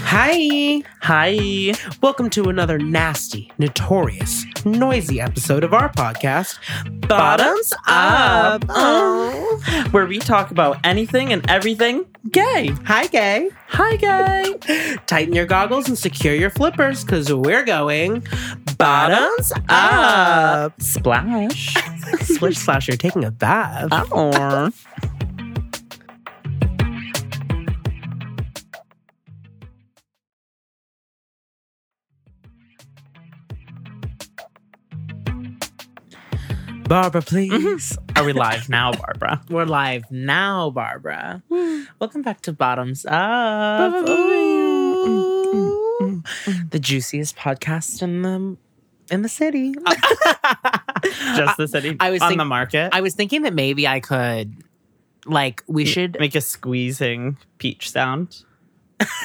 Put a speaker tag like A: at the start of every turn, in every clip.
A: Hi.
B: Hi.
A: Welcome to another nasty, notorious, noisy episode of our podcast,
B: Bottoms Up.
A: Oh.
B: Where we talk about anything and everything gay.
A: Hi, gay.
B: Hi, gay.
A: Tighten your goggles and secure your flippers because we're going
B: Bottoms up. Splash.
A: Splish Splash, you're taking a bath.
B: Oh.
A: Barbara, please. Mm-hmm.
B: Are we live now, Barbara? Hmm.
A: We're live now, Barbara. Welcome back to Bottoms Up.
B: Ooh.
A: The juiciest podcast in the Um, in the city.
B: Just the city
A: I was
B: on
A: think-
B: the market.
A: I was thinking that maybe I could, like, we should.
B: make a squeezing peach sound.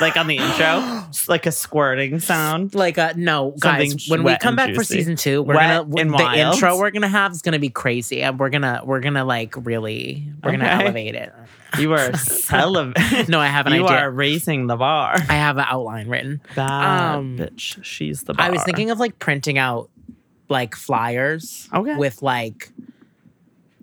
B: Like on the intro. It's like a squirting sound.
A: Like uh no guys,
B: Something
A: when we
B: wet
A: come
B: and
A: back for
B: juicy.
A: season two, we're
B: Wet
A: gonna
B: and
A: the
B: wild.
A: intro we're gonna have is gonna be crazy, and we're gonna we're gonna like really we're gonna
B: Okay.
A: elevate it.
B: You are celebrating.
A: No, I have an
B: you
A: idea.
B: are raising the bar.
A: I have an outline written.
B: Bad
A: Um,
B: bitch. She's the bar.
A: I was thinking of like printing out like flyers
B: Okay.
A: with like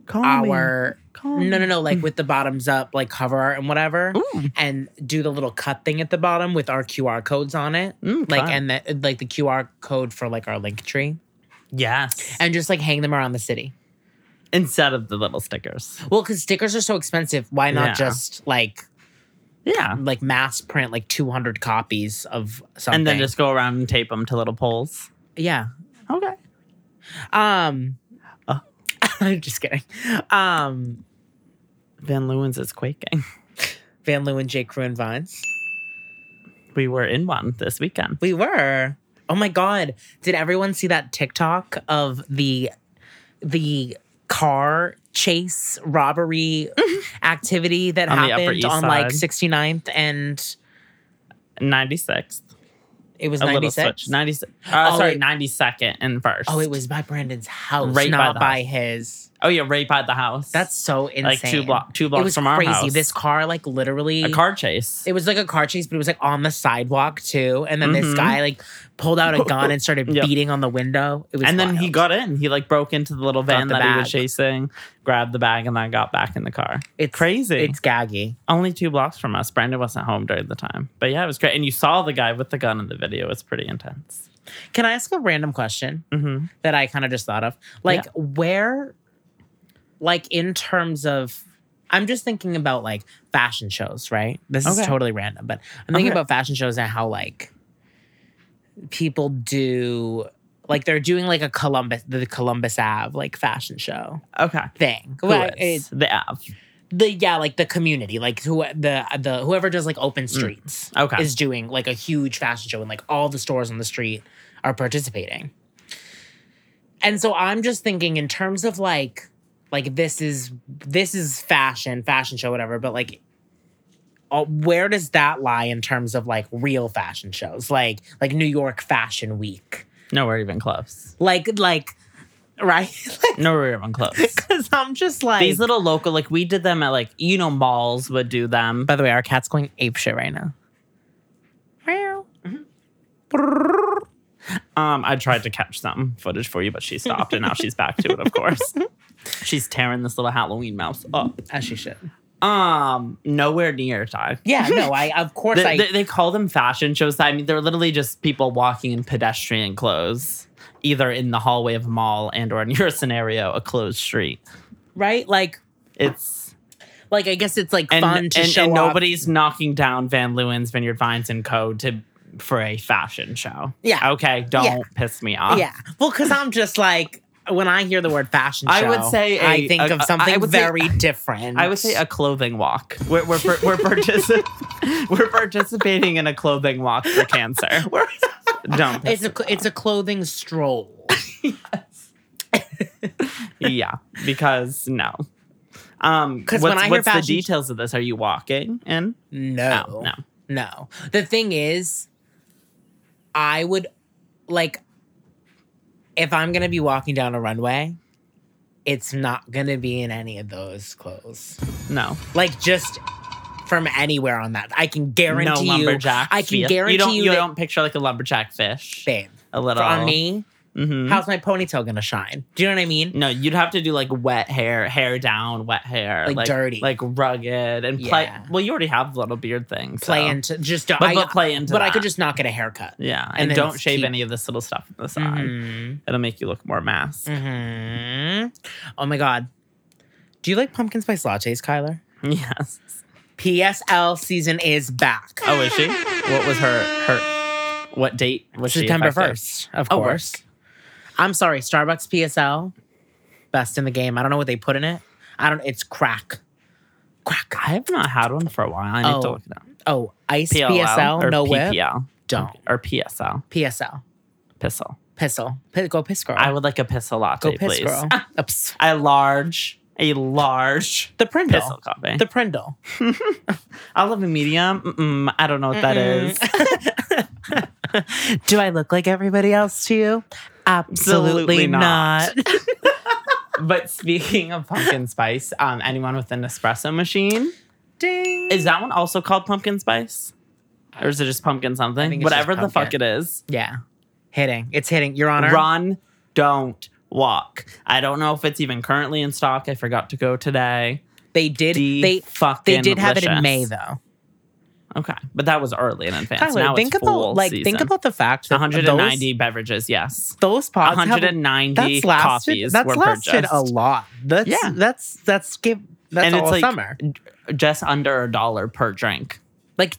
B: Call me.
A: our
B: Call
A: no
B: me.
A: no no like with the bottoms up like cover art and whatever
B: Ooh.
A: and do the little cut thing at the bottom with our QR codes on it
B: Mm,
A: like
B: fun.
A: and the, like the QR code for like our link tree
B: yes.
A: and just like hang them around the city.
B: Instead of the little stickers.
A: Well, because stickers are so expensive, why not
B: Yeah.
A: just like
B: Yeah.
A: like mass print like two hundred copies of something?
B: And then just go around and tape them to little poles.
A: yeah.
B: Okay.
A: Um,
B: Oh.
A: I'm just kidding. Um,
B: Van Leeuwen's is quaking.
A: Van Leeuwen, J. Crew, and Vines.
B: We were in one this weekend.
A: We were. Oh my god! Did everyone see that TikTok of the the car chase robbery activity that
B: On the Upper
A: happened
B: East
A: on like
B: Side.
A: 69th and
B: 96th.
A: it was
B: A little
A: 96
B: switch. 96. Uh,
A: Oh,
B: sorry,
A: it-
B: 92nd and first.
A: Oh, it was by Brandon's house,
B: Right by
A: not
B: the
A: by, his.
B: Oh, yeah, right by the house.
A: That's so insane.
B: like two block, two
A: It
B: blocks
A: was
B: from our
A: crazy.
B: house.
A: This car, like literally,
B: a car chase.
A: It was like a car chase, but it was like on the sidewalk too. And then this
B: Mhm.
A: guy like pulled out a gun and started
B: Yep.
A: beating on the window. It was,
B: and then he
A: wild.
B: got in. He like broke into the little van
A: the
B: that he
A: bag.
B: was chasing, grabbed the bag, and then got back in the car.
A: It's
B: crazy.
A: It's gaggy.
B: Only two blocks from us. Brandon wasn't home during the time. But yeah, it was great. And you saw the guy with the gun in the video. It's pretty intense.
A: Can I ask a random question
B: hmm
A: that I kind of just thought of? Like where, like in terms of. I'm just thinking about like fashion shows, right? This is
B: Okay.
A: totally random, but I'm thinking
B: Okay.
A: about fashion shows and how like people do like they're doing like a Columbus the Columbus Ave like fashion show
B: Okay.
A: thing.
B: Who
A: Like,
B: is?
A: it's-
B: the app.
A: the yeah like the community like who the the whoever does like open streets
B: Mm. Okay.
A: is doing like a huge fashion show and like all the stores on the street are participating and so i'm just thinking in terms of like like this is this is fashion fashion show whatever but like uh, where does that lie in terms of like real fashion shows like like new york fashion week
B: Nowhere even close.
A: like like right
B: Nowhere even close.
A: because i'm just like
B: These little local, like we did them at like you know malls would do them. But
A: By the way, our cat's going ape shit right now. Meow.
B: um, I tried to catch some footage for you, but she stopped, and now she's back to it. Of course, she's tearing this little Halloween mouse up.
A: As she should.
B: Um, nowhere near time.
A: Yeah, no, I of course
B: They,
A: I
B: they, they call them fashion shows. I mean, they're literally just people walking in pedestrian clothes, either in the hallway of a mall and or in your scenario, a closed street.
A: right like
B: It's
A: like I guess it's like
B: and
A: fun to
B: and,
A: show
B: and
A: off.
B: nobody's knocking down Van Leeuwen's Vineyard Vines and Co. to for a fashion show.
A: Yeah.
B: Okay. Don't
A: Yeah.
B: piss me off.
A: Yeah, well, because I'm just like when I hear the word fashion,
B: I
A: show,
B: would say a-
A: I think
B: a-
A: of
B: a- I
A: something
B: would say-
A: very different.
B: I would say a clothing walk. We're we're par- we're, partici- we're participating in a clothing walk for cancer. Don't. piss
A: it's a cl- it's a clothing stroll.
B: yeah, because no. Um,
A: 'Cause
B: because
A: when
B: what's,
A: I hear
B: what's the
A: fashion-
B: details of this? Are you walking in?
A: No,
B: No, no.
A: no. The thing is, I would like if I'm gonna be walking down a runway, it's not gonna be in any of those clothes.
B: No.
A: Like just from anywhere on that. I can guarantee
B: no
A: you,
B: lumberjack.
A: I can
B: feel.
A: guarantee
B: you don't.
A: you
B: You,
A: that-
B: don't picture like a lumberjack fish.
A: babe.
B: A little
A: For me,
B: Mhm.
A: how's my ponytail gonna shine? Do you know what I mean?
B: No, you'd have to do like wet hair, hair down, wet hair,
A: Like dirty.
B: like rugged, and play.
A: Yeah.
B: Well, you already have little beard things.
A: Play into just
B: but, but play into.
A: but I could
B: that.
A: just not get a haircut.
B: yeah, and,
A: then
B: don't
A: just
B: shave
A: keep-
B: any of this little stuff in the side.
A: Mhm.
B: It'll make you look more masked.
A: Mhm. Oh my god. Do you like pumpkin spice lattes, Kyler?
B: Yes.
A: PSL season is back.
B: Oh, is she? What was her her? What date was she
A: September
B: effective?
A: first, of
B: Oh, work.
A: course. I'm sorry, Starbucks PSL, best in the game. I don't know what they put in it. I don't. It's crack, crack.
B: I have not had one for a while. I need to
A: Oh.
B: look it up.
A: Oh, ice
B: PLL
A: PSL,
B: or
A: no whip.
B: PPL
A: Don't
B: or PSL
A: PSL.
B: pistol.
A: Pissel. P- go piss girl.
B: I would like a pistol latte,
A: go piss
B: please.
A: girl. Ups.
B: A large, a large
A: The Prindle.
B: pistol coffee.
A: The Prindle.
B: I'll have a medium. Mm-mm, I don't know what that is.
A: Hmm. Do I look like everybody else to you? Absolutely
B: Absolutely
A: not.
B: not. but speaking of pumpkin spice, um, anyone with an espresso machine
A: Ding.
B: is that one also called pumpkin spice, or is it just pumpkin something?
A: think it's
B: Whatever
A: just
B: the fuck
A: pumpkin.
B: it is,
A: yeah. Hitting. It's hitting. Your Honor.
B: run, don't walk. I don't know if it's even currently in stock. I forgot to go today.
A: They did.
B: D
A: They
B: fucking
A: they did have it in
B: licious.
A: May though.
B: Okay, but that was early in advance.
A: Tyler,
B: now
A: think
B: it's full
A: about like
B: season.
A: think about the fact that
B: 190 beverages. Yes,
A: those, those pods have-
B: 190
A: that's lasted,
B: coffees
A: that's
B: were
A: lasted
B: purchased.
A: a lot. That's
B: Yeah.
A: that's that's give that's
B: And it's
A: all
B: like-
A: summer.
B: just under a dollar per drink.
A: Like,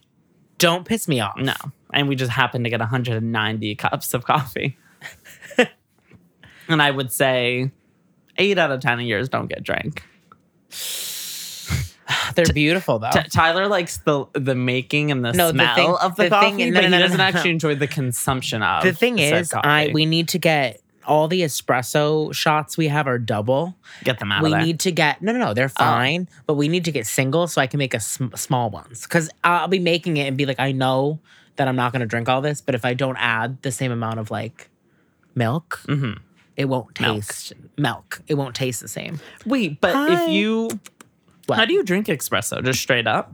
A: don't piss me off.
B: No, and we just happened to get 190 cups of coffee. and I would say, eight out of ten of yours don't get drank.
A: they're beautiful though.
B: T- Tyler likes the the making and the
A: No, the
B: smell
A: thing-
B: of the,
A: the
B: coffee,
A: thing- no,
B: but
A: no, no,
B: he
A: no,
B: doesn't
A: no.
B: actually enjoy the consumption of.
A: the thing
B: said
A: is, I
B: coffee.
A: we need to get all the espresso shots we have are double.
B: get them out
A: we
B: of there.
A: need to get no, no, no.
B: Oh.
A: They're fine, but we need to get single so I can make a sm- small ones because I'll be making it and be like, I know that I'm not going to drink all this, but if I don't add the same amount of like milk,
B: Mhm.
A: it won't
B: Milk.
A: taste milk. It won't taste the same.
B: Wait, but
A: Hi.
B: if you,
A: What?
B: how do you drink espresso? Just straight up,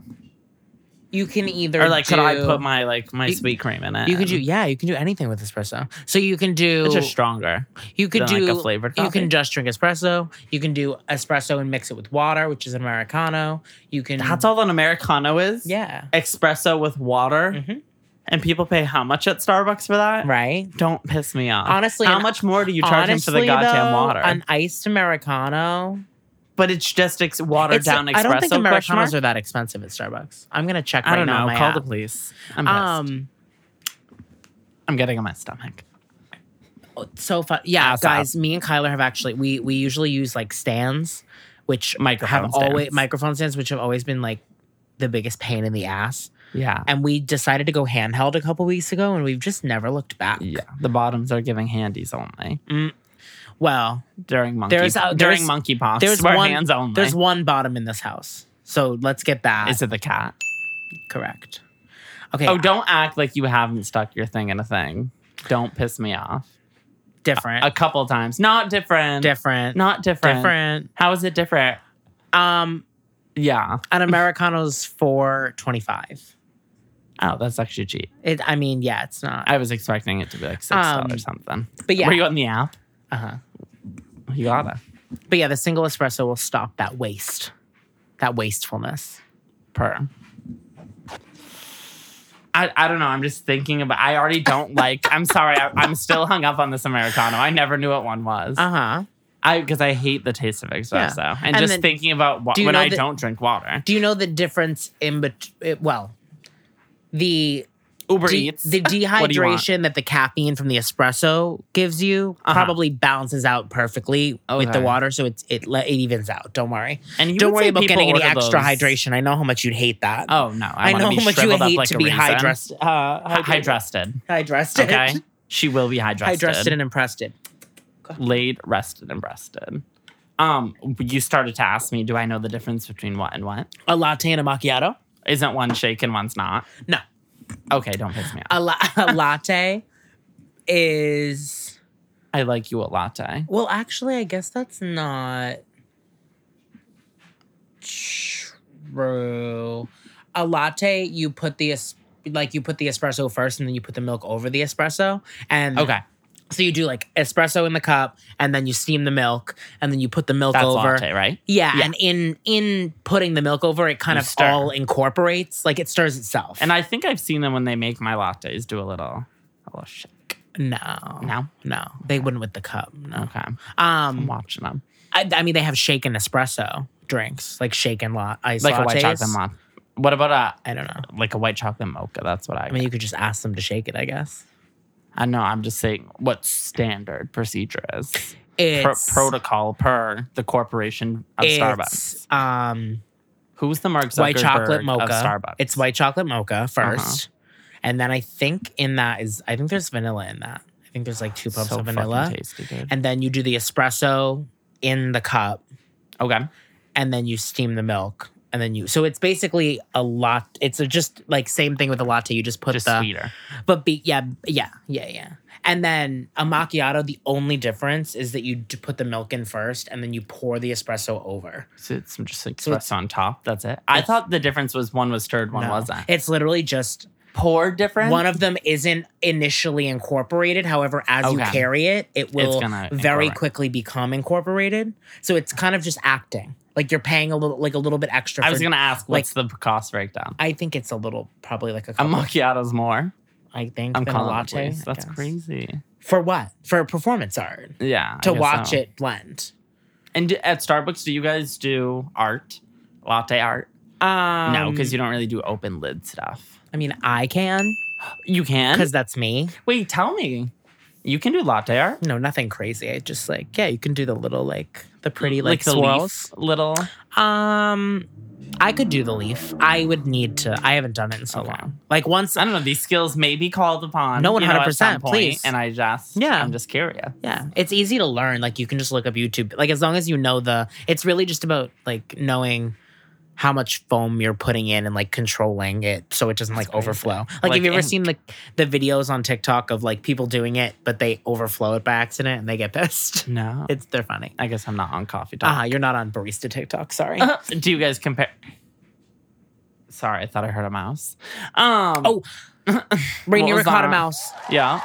A: You can either
B: or like could I
A: do-
B: put my like my sweet cream in it?
A: you could do
B: and-
A: yeah, you can do anything with espresso. So you can do
B: It's just stronger.
A: You could
B: than,
A: do
B: like, a flavored
A: You
B: coffee.
A: can just drink espresso. You can do espresso and mix it with water, which is an americano. You can.
B: That's all an americano is.
A: Yeah.
B: Espresso with water,
A: Mhm.
B: and people pay how much at Starbucks for that?
A: Right.
B: Don't piss me off.
A: Honestly,
B: how
A: an-
B: much more do you charge them for the
A: though,
B: goddamn water?
A: An iced americano.
B: but it's just ex- watered
A: It's-
B: down espresso.
A: I don't think
B: question
A: americanos
B: mark?
A: are that expensive at Starbucks. I'm gonna check right
B: I don't
A: now.
B: know.
A: on my
B: Call the
A: app.
B: police. I'm pissed.
A: Um.
B: I'm getting on my stomach.
A: So fun. Yeah,
B: Ass
A: guys. Me and Kyler have actually we we usually use like stands, which
B: Mm, Microphone
A: have always
B: stands.
A: microphone stands, which have always been like the biggest pain in the ass.
B: Yeah.
A: And we decided to go handheld a couple weeks ago, and we've just never looked back.
B: Yeah. The bottoms are giving handies only.
A: Well,
B: during monkey
A: There's, uh,
B: during
A: there's-
B: monkeypox.
A: there's
B: we're
A: one-
B: hands only.
A: There's one bottom in this house. So let's get that
B: Is it the cat?
A: correct. Okay.
B: Oh, don't act like you haven't stuck your thing in a thing. Don't piss me off.
A: different.
B: A couple times. Not different.
A: different.
B: uh, Not different.
A: different.
B: How is it different?
A: Um
B: Yeah.
A: an Americano's four twenty five.
B: Oh, that's actually cheap.
A: It I mean, yeah, it's not.
B: I was expecting it to be like six
A: Um,
B: dollars or something.
A: but yeah.
B: Were you on the app?
A: Uh-huh.
B: You gotta.
A: But yeah, the single espresso will stop that waste. That wastefulness.
B: Per. I, I don't know. I'm just thinking about. I already don't like. I'm sorry. I, I'm still hung up on this americano. I never knew what one was.
A: Uh-huh.
B: I because I hate the taste of espresso, and,
A: And
B: just
A: then-
B: thinking about wa-
A: Do you
B: when
A: know
B: I
A: that-
B: don't drink water.
A: Do you know the difference in between well, the
B: Uber
A: de-
B: Eats.
A: the
B: What do you want?
A: dehydration that the caffeine from the espresso gives you
B: Uh-huh.
A: probably balances out perfectly with the
B: Okay.
A: water, so it's it le- it evens out. Don't worry.
B: and you
A: Don't
B: would
A: worry
B: say
A: about
B: people
A: getting any
B: order
A: extra
B: those-
A: hydration. I know how much you'd hate that.
B: Oh no, I,
A: I,
B: wanna
A: know
B: be
A: how much you
B: shriveled up
A: hate
B: like
A: to
B: a
A: be
B: raisin.
A: hydrest, uh,
B: Hy- Hydrested.
A: hydrested,
B: Okay, she will be hydrested.
A: hydrested and impressed.
B: laid, rested, and breasted. Um, you started to ask me, do I know the difference between what and what?
A: A latte and a macchiato.
B: Isn't one shake and one's not?
A: No,
B: Okay, don't piss me off.
A: a, la- a latte is
B: I like you a latte.
A: well. Actually, I guess that's not true. a latte, you put the es- like you put the espresso first, and then you put the milk over the espresso. And
B: Okay.
A: so you do like espresso in the cup, and then you steam the milk, and then you put the milk
B: That's
A: over.
B: latte, right?
A: Yeah,
B: Yeah.
A: and in in putting the milk over, it kind
B: You
A: of
B: stir.
A: all incorporates, like it stirs itself.
B: And I think I've seen them when they make my lattes do a little, a little shit.
A: no,
B: No?
A: no, they wouldn't with the cup. No,
B: Okay. I'm
A: um,
B: watching them.
A: I, I mean they have shaken espresso drinks, like shaken lot ice
B: Like a
A: lattes.
B: white chocolate mocha. What about a,
A: I don't know.
B: like a white chocolate mocha? That's what I,
A: I mean, you could just ask them to shake it. I guess
B: I know. I'm just saying what standard procedure is. Pro-
A: it's
B: protocol per the corporation of
A: it's,
B: Starbucks.
A: Um,
B: Who's the Mark Zuckerberg
A: white chocolate
B: of
A: mocha.
B: Starbucks? Uh-huh.
A: It's white chocolate mocha 1st and then I think in that is I think there's vanilla in that. I think there's like two pumps
B: so
A: of
B: fucking
A: vanilla,
B: Tasty, dude.
A: and then you do the espresso in the cup.
B: okay.
A: and then you steam the milk and then you so it's basically a lot it's a just like same thing with a latte you just put
B: Just
A: the
B: sweeter.
A: but be yeah yeah yeah yeah and then a macchiato the only difference is that you d- put the milk in first and then you pour the espresso over
B: So it's just like
A: So it's-
B: espresso on top. That's it. I
A: it's-
B: thought the difference was one was stirred, one
A: No.
B: wasn't.
A: it's literally just
B: Pour difference.
A: one of them isn't initially incorporated however as you
B: Okay.
A: carry it it will
B: gonna
A: very
B: incorporate.
A: quickly become incorporated so it's kind of just acting like you're paying a little like a little bit extra
B: I
A: for-
B: was gonna ask what's the cost breakdown.
A: I think it's a little probably like a
B: A
A: couple
B: macchiato's more.
A: I think,
B: I'm
A: than a
B: calling it,
A: latte.
B: please.
A: I
B: That's
A: guess.
B: crazy.
A: For what? For performance art.
B: Yeah. I
A: To
B: guess
A: watch
B: so.
A: it blend.
B: And do, at Starbucks, do you guys do art, latte art?
A: Um,
B: no, because you don't really do open lid stuff.
A: I mean, I can
B: You can.
A: because that's me.
B: Wait, tell me, you can do latte art.
A: No, nothing crazy. I just like yeah, you can do the little like the pretty
B: like,
A: like,
B: the
A: swirls.
B: leaf little.
A: Um, I could do the leaf. I would need to. I haven't done it in so
B: Okay.
A: long. Like once,
B: I don't know. These skills may be called upon.
A: No,
B: you know, at
A: 100%,
B: some point,
A: please.
B: And I just,
A: Yeah.
B: I'm just curious.
A: yeah, it's easy to learn. Like you can just look up YouTube. Like as long as you know the, it's really just about like knowing. How much foam you're putting in and like controlling it so it doesn't like
B: crazy.
A: overflow. Like,
B: Like
A: have you ever
B: ink.
A: seen the the videos on TikTok of like people doing it but they overflow it by accident and they get pissed?
B: No,
A: It's they're funny.
B: I guess I'm not on coffee
A: Ah,
B: talk.
A: you're not on barista TikTok. Sorry.
B: do you guys compare? Sorry, I thought I heard a mouse. Um,
A: Oh. Rainier
B: what was
A: Ricotta
B: that?
A: Mouse.
B: yeah,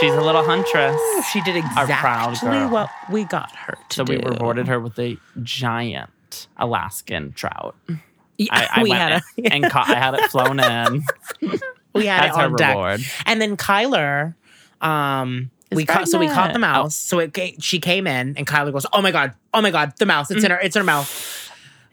B: she's a little huntress.
A: Woo! She did exactly
B: proud girl.
A: what we got her to
B: So
A: do.
B: we rewarded her with a giant Alaskan trout.
A: Yeah,
B: I, I
A: we,
B: went
A: had
B: and,
A: a,
B: and caught, I had it flown in.
A: we had it
B: That's our
A: on deck.
B: reward.
A: And then Kyler, um,
B: Is
A: we caught, so we caught the
B: pregnant. Oh.
A: mouse. So it ca- she came in and Kyler goes, "Oh my god, oh my god, the mouse! It's in her, it's in her mouth."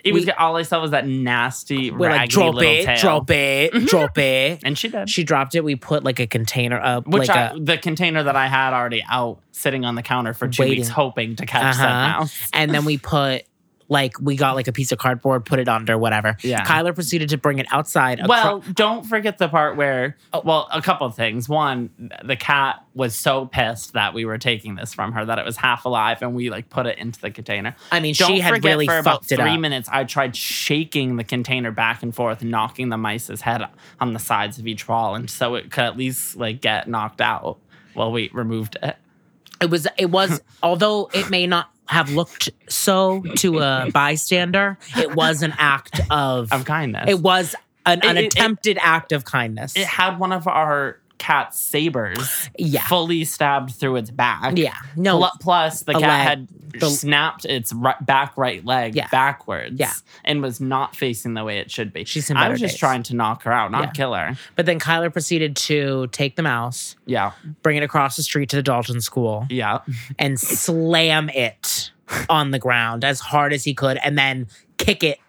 B: It was
A: We-
B: all I saw was that nasty,
A: We're like,
B: raggedy
A: "Drop
B: little
A: it,
B: tail. Mm-hmm.
A: drop it, drop it."
B: and she did.
A: She dropped it. We put like a container up,
B: Which
A: like uh,
B: I,
A: a,
B: the container that I had already out sitting on the counter for two
A: Waiting.
B: weeks, hoping to catch that
A: Uh-huh.
B: mouse.
A: and then we put like we got like a piece of cardboard, put it under whatever.
B: Yeah.
A: Kyler proceeded to bring it outside. acro-
B: Well, don't forget the part where,
A: Oh.
B: well, a couple of things. One, the cat was so pissed that we were taking this from her that it was half alive and we like put it into the container.
A: I mean,
B: Don't
A: she had
B: forget
A: really
B: for about
A: fucked it
B: three
A: up.
B: minutes, I tried shaking the container back and forth, knocking the mice's head on the sides of each wall. And so it could at least like get knocked out while we removed it.
A: It was it was although it may not have looked so to a bystander, it was an act of
B: Of kindness.
A: it was an, an
B: It- it-
A: attempted act of kindness.
B: it had one of our cat's sabers
A: yeah.
B: fully stabbed through its back.
A: Yeah. No.
B: Pl- Plus, the
A: A
B: cat
A: leg.
B: had
A: The-
B: snapped its ri- back right leg
A: Yeah.
B: backwards
A: Yeah.
B: and was not facing the way it should be.
A: She's in
B: I
A: better
B: was just
A: days.
B: trying to knock her out, not
A: Yeah.
B: kill her.
A: but then Kyler proceeded to take the mouse,
B: Yeah.
A: bring it across the street to the Dalton school,
B: Yeah.
A: and slam it on the ground as hard as he could, and then kick it.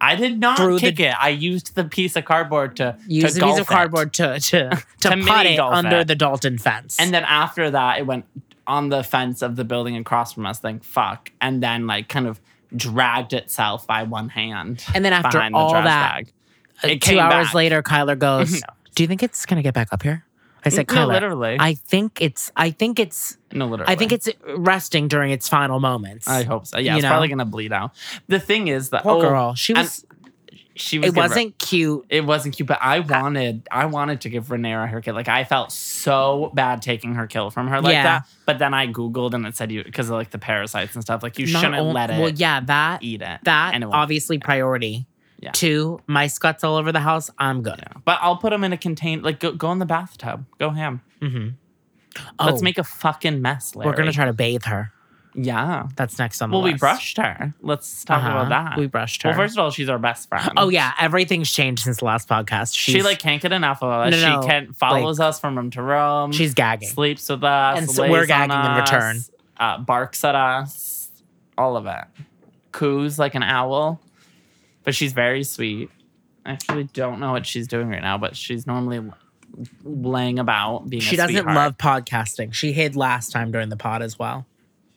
B: I did not
A: Through the-
B: kick it. I used the piece of cardboard to
A: Use
B: to
A: a piece of
B: golf it.
A: cardboard to to to,
B: To
A: pot
B: mini
A: it
B: golf
A: under
B: it.
A: the Dalton fence.
B: And then after that, it went on the fence of the building across from us, like fuck, and then like kind of dragged itself by one hand.
A: And then after
B: behind the
A: all
B: trash
A: that,
B: bag.
A: Uh,
B: It
A: two
B: came
A: hours
B: back.
A: later, Kyler goes,
B: No. Mm,
A: "Do you think it's gonna get back up here?" I said,
B: no,
A: "Kyler,
B: literally.
A: I think it's, I think it's,
B: no, literally.
A: I think it's resting during its final moments."
B: I hope so. Yeah,
A: you
B: it's
A: know?
B: probably gonna bleed out. The thing is that
A: Poor
B: oh,
A: girl, she
B: and
A: was.
B: she was
A: It
B: good re-
A: wasn't cute.
B: it wasn't cute, but I wanted I wanted to give Renera her kill. Like I felt so bad taking her kill from her like
A: Yeah.
B: that. But then I googled and it said you because of like the parasites and stuff. Like you
A: Not
B: shouldn't
A: on-
B: let it
A: Well, yeah, that
B: eat it.
A: that
B: and it won't.
A: obviously priority
B: Yeah.
A: Two, my scuts all over the house. I'm good.
B: Yeah. But I'll put them in a contain. Like go, go in the bathtub. Go ham.
A: hmm
B: Let's make a fucking mess. Oh, Larry.
A: Oh. We're gonna try to bathe her.
B: Yeah.
A: That's next on the
B: Well, we
A: list.
B: brushed her. Let's talk
A: Uh-huh.
B: about that.
A: We brushed her.
B: Well, first of all, she's our best friend.
A: oh yeah, everything's changed since the last podcast. She's,
B: she like can't get enough of us.
A: No,
B: she
A: no,
B: can't follows us from room to room.
A: she's gagging.
B: sleeps with us,
A: And so we're
B: lays on
A: gagging in
B: us,
A: return.
B: Uh, barks at us, all of it. Coos like an owl, but she's very sweet. I actually don't know what she's doing right now, but she's normally laying about being.
A: She
B: a
A: doesn't
B: sweetheart.
A: love podcasting. She hid last time during the pod as well.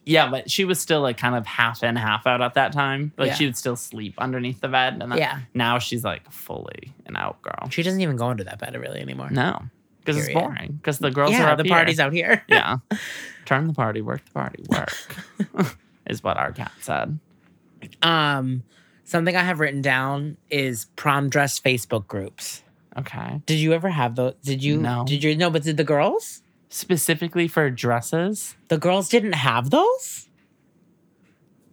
B: Yeah, but she was still like kind of half in, half out at that time. Like
A: Yeah.
B: she would still sleep underneath the bed, and then
A: Yeah.
B: now she's like fully an out girl.
A: She doesn't even go into that bed really anymore.
B: No, because it's
A: Period.
B: boring. Because the girls are
A: yeah,
B: up
A: the
B: here.
A: party's out here.
B: yeah. Turn the party, work the party, work is what our cat said.
A: Um, something I have written down is prom dress Facebook groups.
B: Okay.
A: Did you ever have those? Did you?
B: No.
A: Did you? No, but did the girls?
B: Specifically for dresses?
A: The girls didn't have those.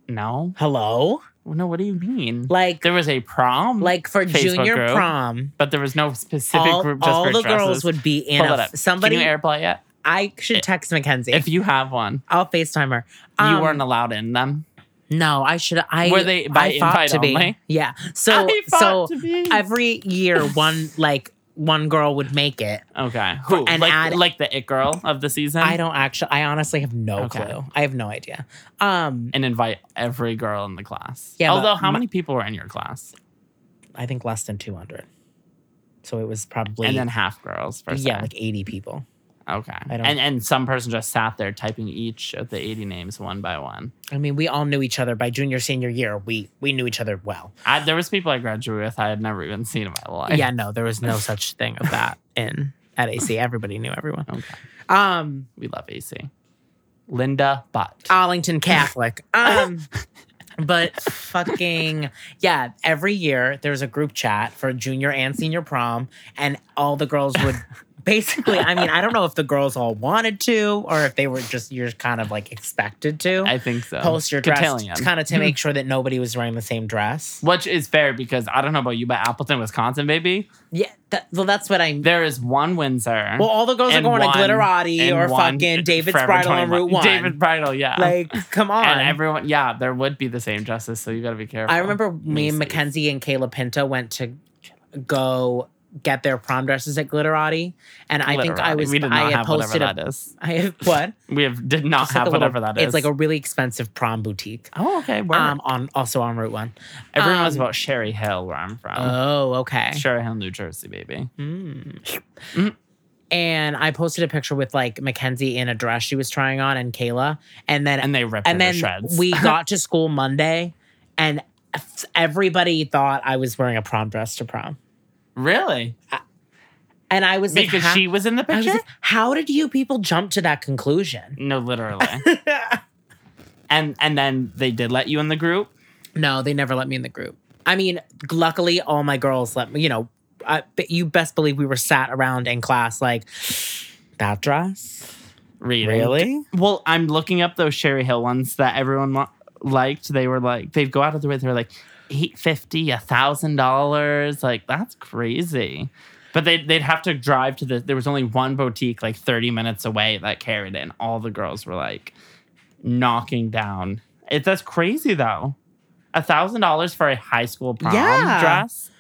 B: No.
A: Hello,
B: No, what do you mean?
A: like
B: there was a prom,
A: like for
B: Facebook
A: junior
B: group?
A: prom.
B: but there was no specific
A: All,
B: group just
A: all
B: for
A: the
B: dresses.
A: girls would be in
B: Pull
A: a
B: it up.
A: somebody.
B: Can you airplay it?
A: I should text Mackenzie.
B: If you have one,
A: I'll Facetime her.
B: you
A: Um,
B: weren't allowed in them.
A: No, I should. I
B: Were they by
A: I fought
B: invite
A: to be.
B: only?
A: Yeah. So
B: I fought
A: so
B: to be.
A: every year, one like one girl would make it.
B: Okay. Who?
A: and
B: like,
A: add-
B: like the it girl of the season?
A: I don't actually. I honestly have no
B: Okay.
A: clue. I have no idea. Um,
B: And invite every girl in the class.
A: Yeah, but
B: Although, how
A: m-
B: many people were in your class?
A: I think less than two hundred. So it was probably
B: And then half girls. Per se.
A: yeah, like eighty people.
B: Okay.
A: I don't-
B: And and some person just sat there typing each of the 80 names one by one.
A: I mean, we all knew each other by junior senior year. We we knew each other well.
B: I, there was people I graduated with I had never even seen in my life.
A: yeah, no, there was no such thing of that in at AC. Everybody knew everyone.
B: Okay.
A: Um,
B: We love AC. Linda Butt.
A: Arlington Catholic. Um, but fucking yeah, every year there's a group chat for junior and senior prom, and all the girls would basically. I mean, I don't know if the girls all wanted to or if they were just you're kind of like expected to
B: I think so.
A: post your dress,
B: Cotillion.
A: kind of to make sure that nobody was wearing the same dress.
B: Which is fair because I don't know about you, but Appleton, Wisconsin, baby,
A: Yeah, that, well, that's what I.
B: there is one Windsor.
A: Well, all the girls are
B: and
A: going to
B: one-
A: Glitterati
B: and
A: or
B: one
A: fucking David's
B: Forever
A: Bridal on
B: 21.
A: Route One.
B: David Bridal, yeah.
A: like, come on.
B: Um, and everyone, yeah, there would be the same dresses, so you got to be careful.
A: I remember me and
B: Macy's.
A: Mackenzie and Kayla Pinto went to go get their prom dresses at Glitterati, and I think I
B: Glitterati.
A: was
B: We did not
A: I had
B: have
A: posted
B: whatever
A: a,
B: that is.
A: I had, what
B: We have did not
A: It's like
B: have
A: a little-
B: whatever that is.
A: It's like a really expensive prom boutique.
B: oh okay. Word.
A: Um, on also on Route One.
B: Everyone knows
A: um,
B: about Sherry Hill, where I'm from.
A: Oh, okay.
B: Sherry Hill, New Jersey, baby.
A: Mm.
B: Mm.
A: And I posted a picture with like Mackenzie in a dress she was trying on, and Kayla, and then
B: And they ripped
A: and
B: her to
A: then
B: shreds.
A: we got to school Monday, and f- everybody thought I was wearing a prom dress to prom.
B: really
A: And I was like,
B: because
A: "Huh?"
B: she was in the
A: I was
B: picture.
A: like, how did you people jump to that conclusion?
B: no, literally. and and then they did let you in the group.
A: No, they never let me in the group. I mean, luckily, all my girls let me, you know, I, but you best believe we were sat around in class like, that dress?
B: Reading.
A: Really?
B: Well, I'm looking up those Sherry Hill ones that everyone wa- liked. They were like they'd go out of the way. They were like eight fifty, a thousand dollars. Like that's crazy. But they'd, they'd have to drive to the. There was only one boutique like 30 minutes away that carried it, and all the girls were like knocking down. It, that's crazy though. A thousand dollars for a high school prom
A: Yeah.
B: dress.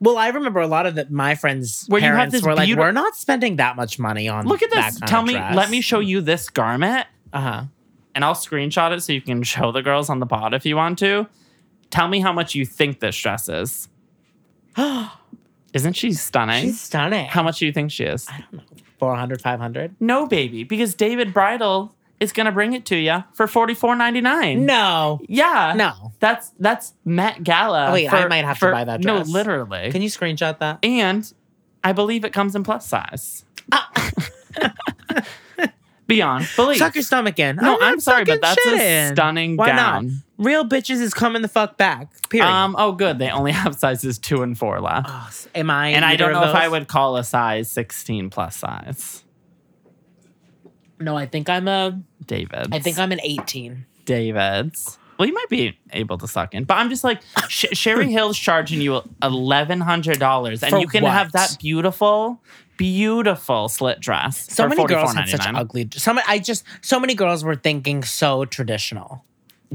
A: Well, I remember a lot of the, my friends'
B: Where you have
A: parents
B: this
A: were like,
B: beauti-
A: we're not spending that much money on
B: Look at
A: that
B: this.
A: kind
B: Tell
A: of
B: me,
A: dress."
B: let me show you this garment.
A: Uh-huh.
B: and I'll screenshot it so you can show the girls on the pod if you want to. Tell me how much you think this dress is. Isn't she stunning?
A: She's stunning.
B: how much do you think she is?
A: 400, 500?
B: No, baby, because David Bridal is gonna bring it to you for forty four ninety nine.
A: No.
B: Yeah.
A: No.
B: That's that's Met Gala.
A: Oh, wait, I might have to buy that
B: No,
A: dress.
B: literally.
A: Can you screenshot that?
B: and I believe it comes in plus size.
A: Ah.
B: Beyond belief.
A: Suck your stomach in.
B: no,
A: not
B: I'm sorry, but
A: sucking
B: that's
A: shit
B: a
A: in.
B: stunning
A: Why
B: gown.
A: not? Real bitches is coming the fuck back. Period.
B: Um. Oh, good. They only have sizes two and four left,
A: Oh, s- am I?
B: and I
A: either
B: don't
A: of
B: know if I
A: those?
B: would call a size sixteen plus size.
A: No, I think I'm a.
B: David.
A: I think I'm an 18.
B: David's. Well, you might be able to suck in, but I'm just like Sh- Sherry Hill's charging you eleven hundred dollars, and
A: For
B: you can have
A: what?
B: that beautiful, beautiful slit dress.
A: So
B: for
A: many girls had such
B: $44.99.
A: ugly. So many, I just so many girls were thinking so traditional.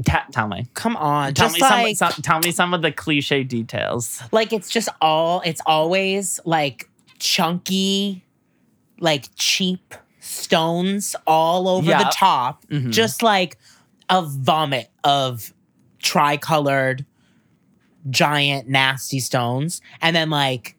B: Ta- tell me,
A: Come on,
B: tell
A: just
B: me
A: like
B: some, some, tell me some of the cliche details.
A: like it's just all it's always like chunky, like cheap stones all over the
B: Yep.
A: top,
B: Mhm.
A: just like a vomit of tricolored, giant, nasty stones, and then like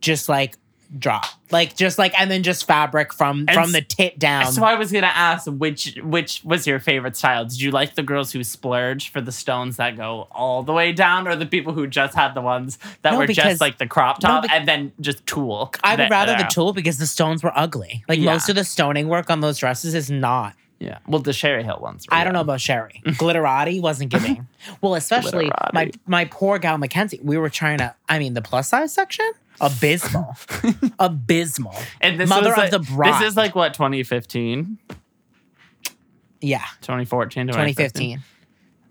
A: just like drop, like just like and then just fabric from
B: And
A: from
B: s-
A: the tit down.
B: so I was gonna ask which which was your favorite style? Did you like the girls who splurge for the stones that go all the way down, or the people who just had the ones that
A: No,
B: were
A: because-
B: just like the crop
A: no,
B: top
A: bec-
B: and then just tulle?
A: I would
B: Th-
A: rather the
B: there.
A: tool because the stones were ugly. Like
B: Yeah.
A: most of the stoning work on those dresses is not.
B: Yeah. Well, the Sherry Hill ones. were
A: I don't know
B: good.
A: about Sherry. Glitterati wasn't giving. well, especially my
B: Glitterati.
A: my poor gal Mackenzie. We were trying to. I mean, the plus size section abysmal, abysmal.
B: And this
A: Mother
B: was
A: of
B: like-
A: the bride.
B: This is like what 2015,
A: Yeah,
B: 2014, 2015.
A: 2015.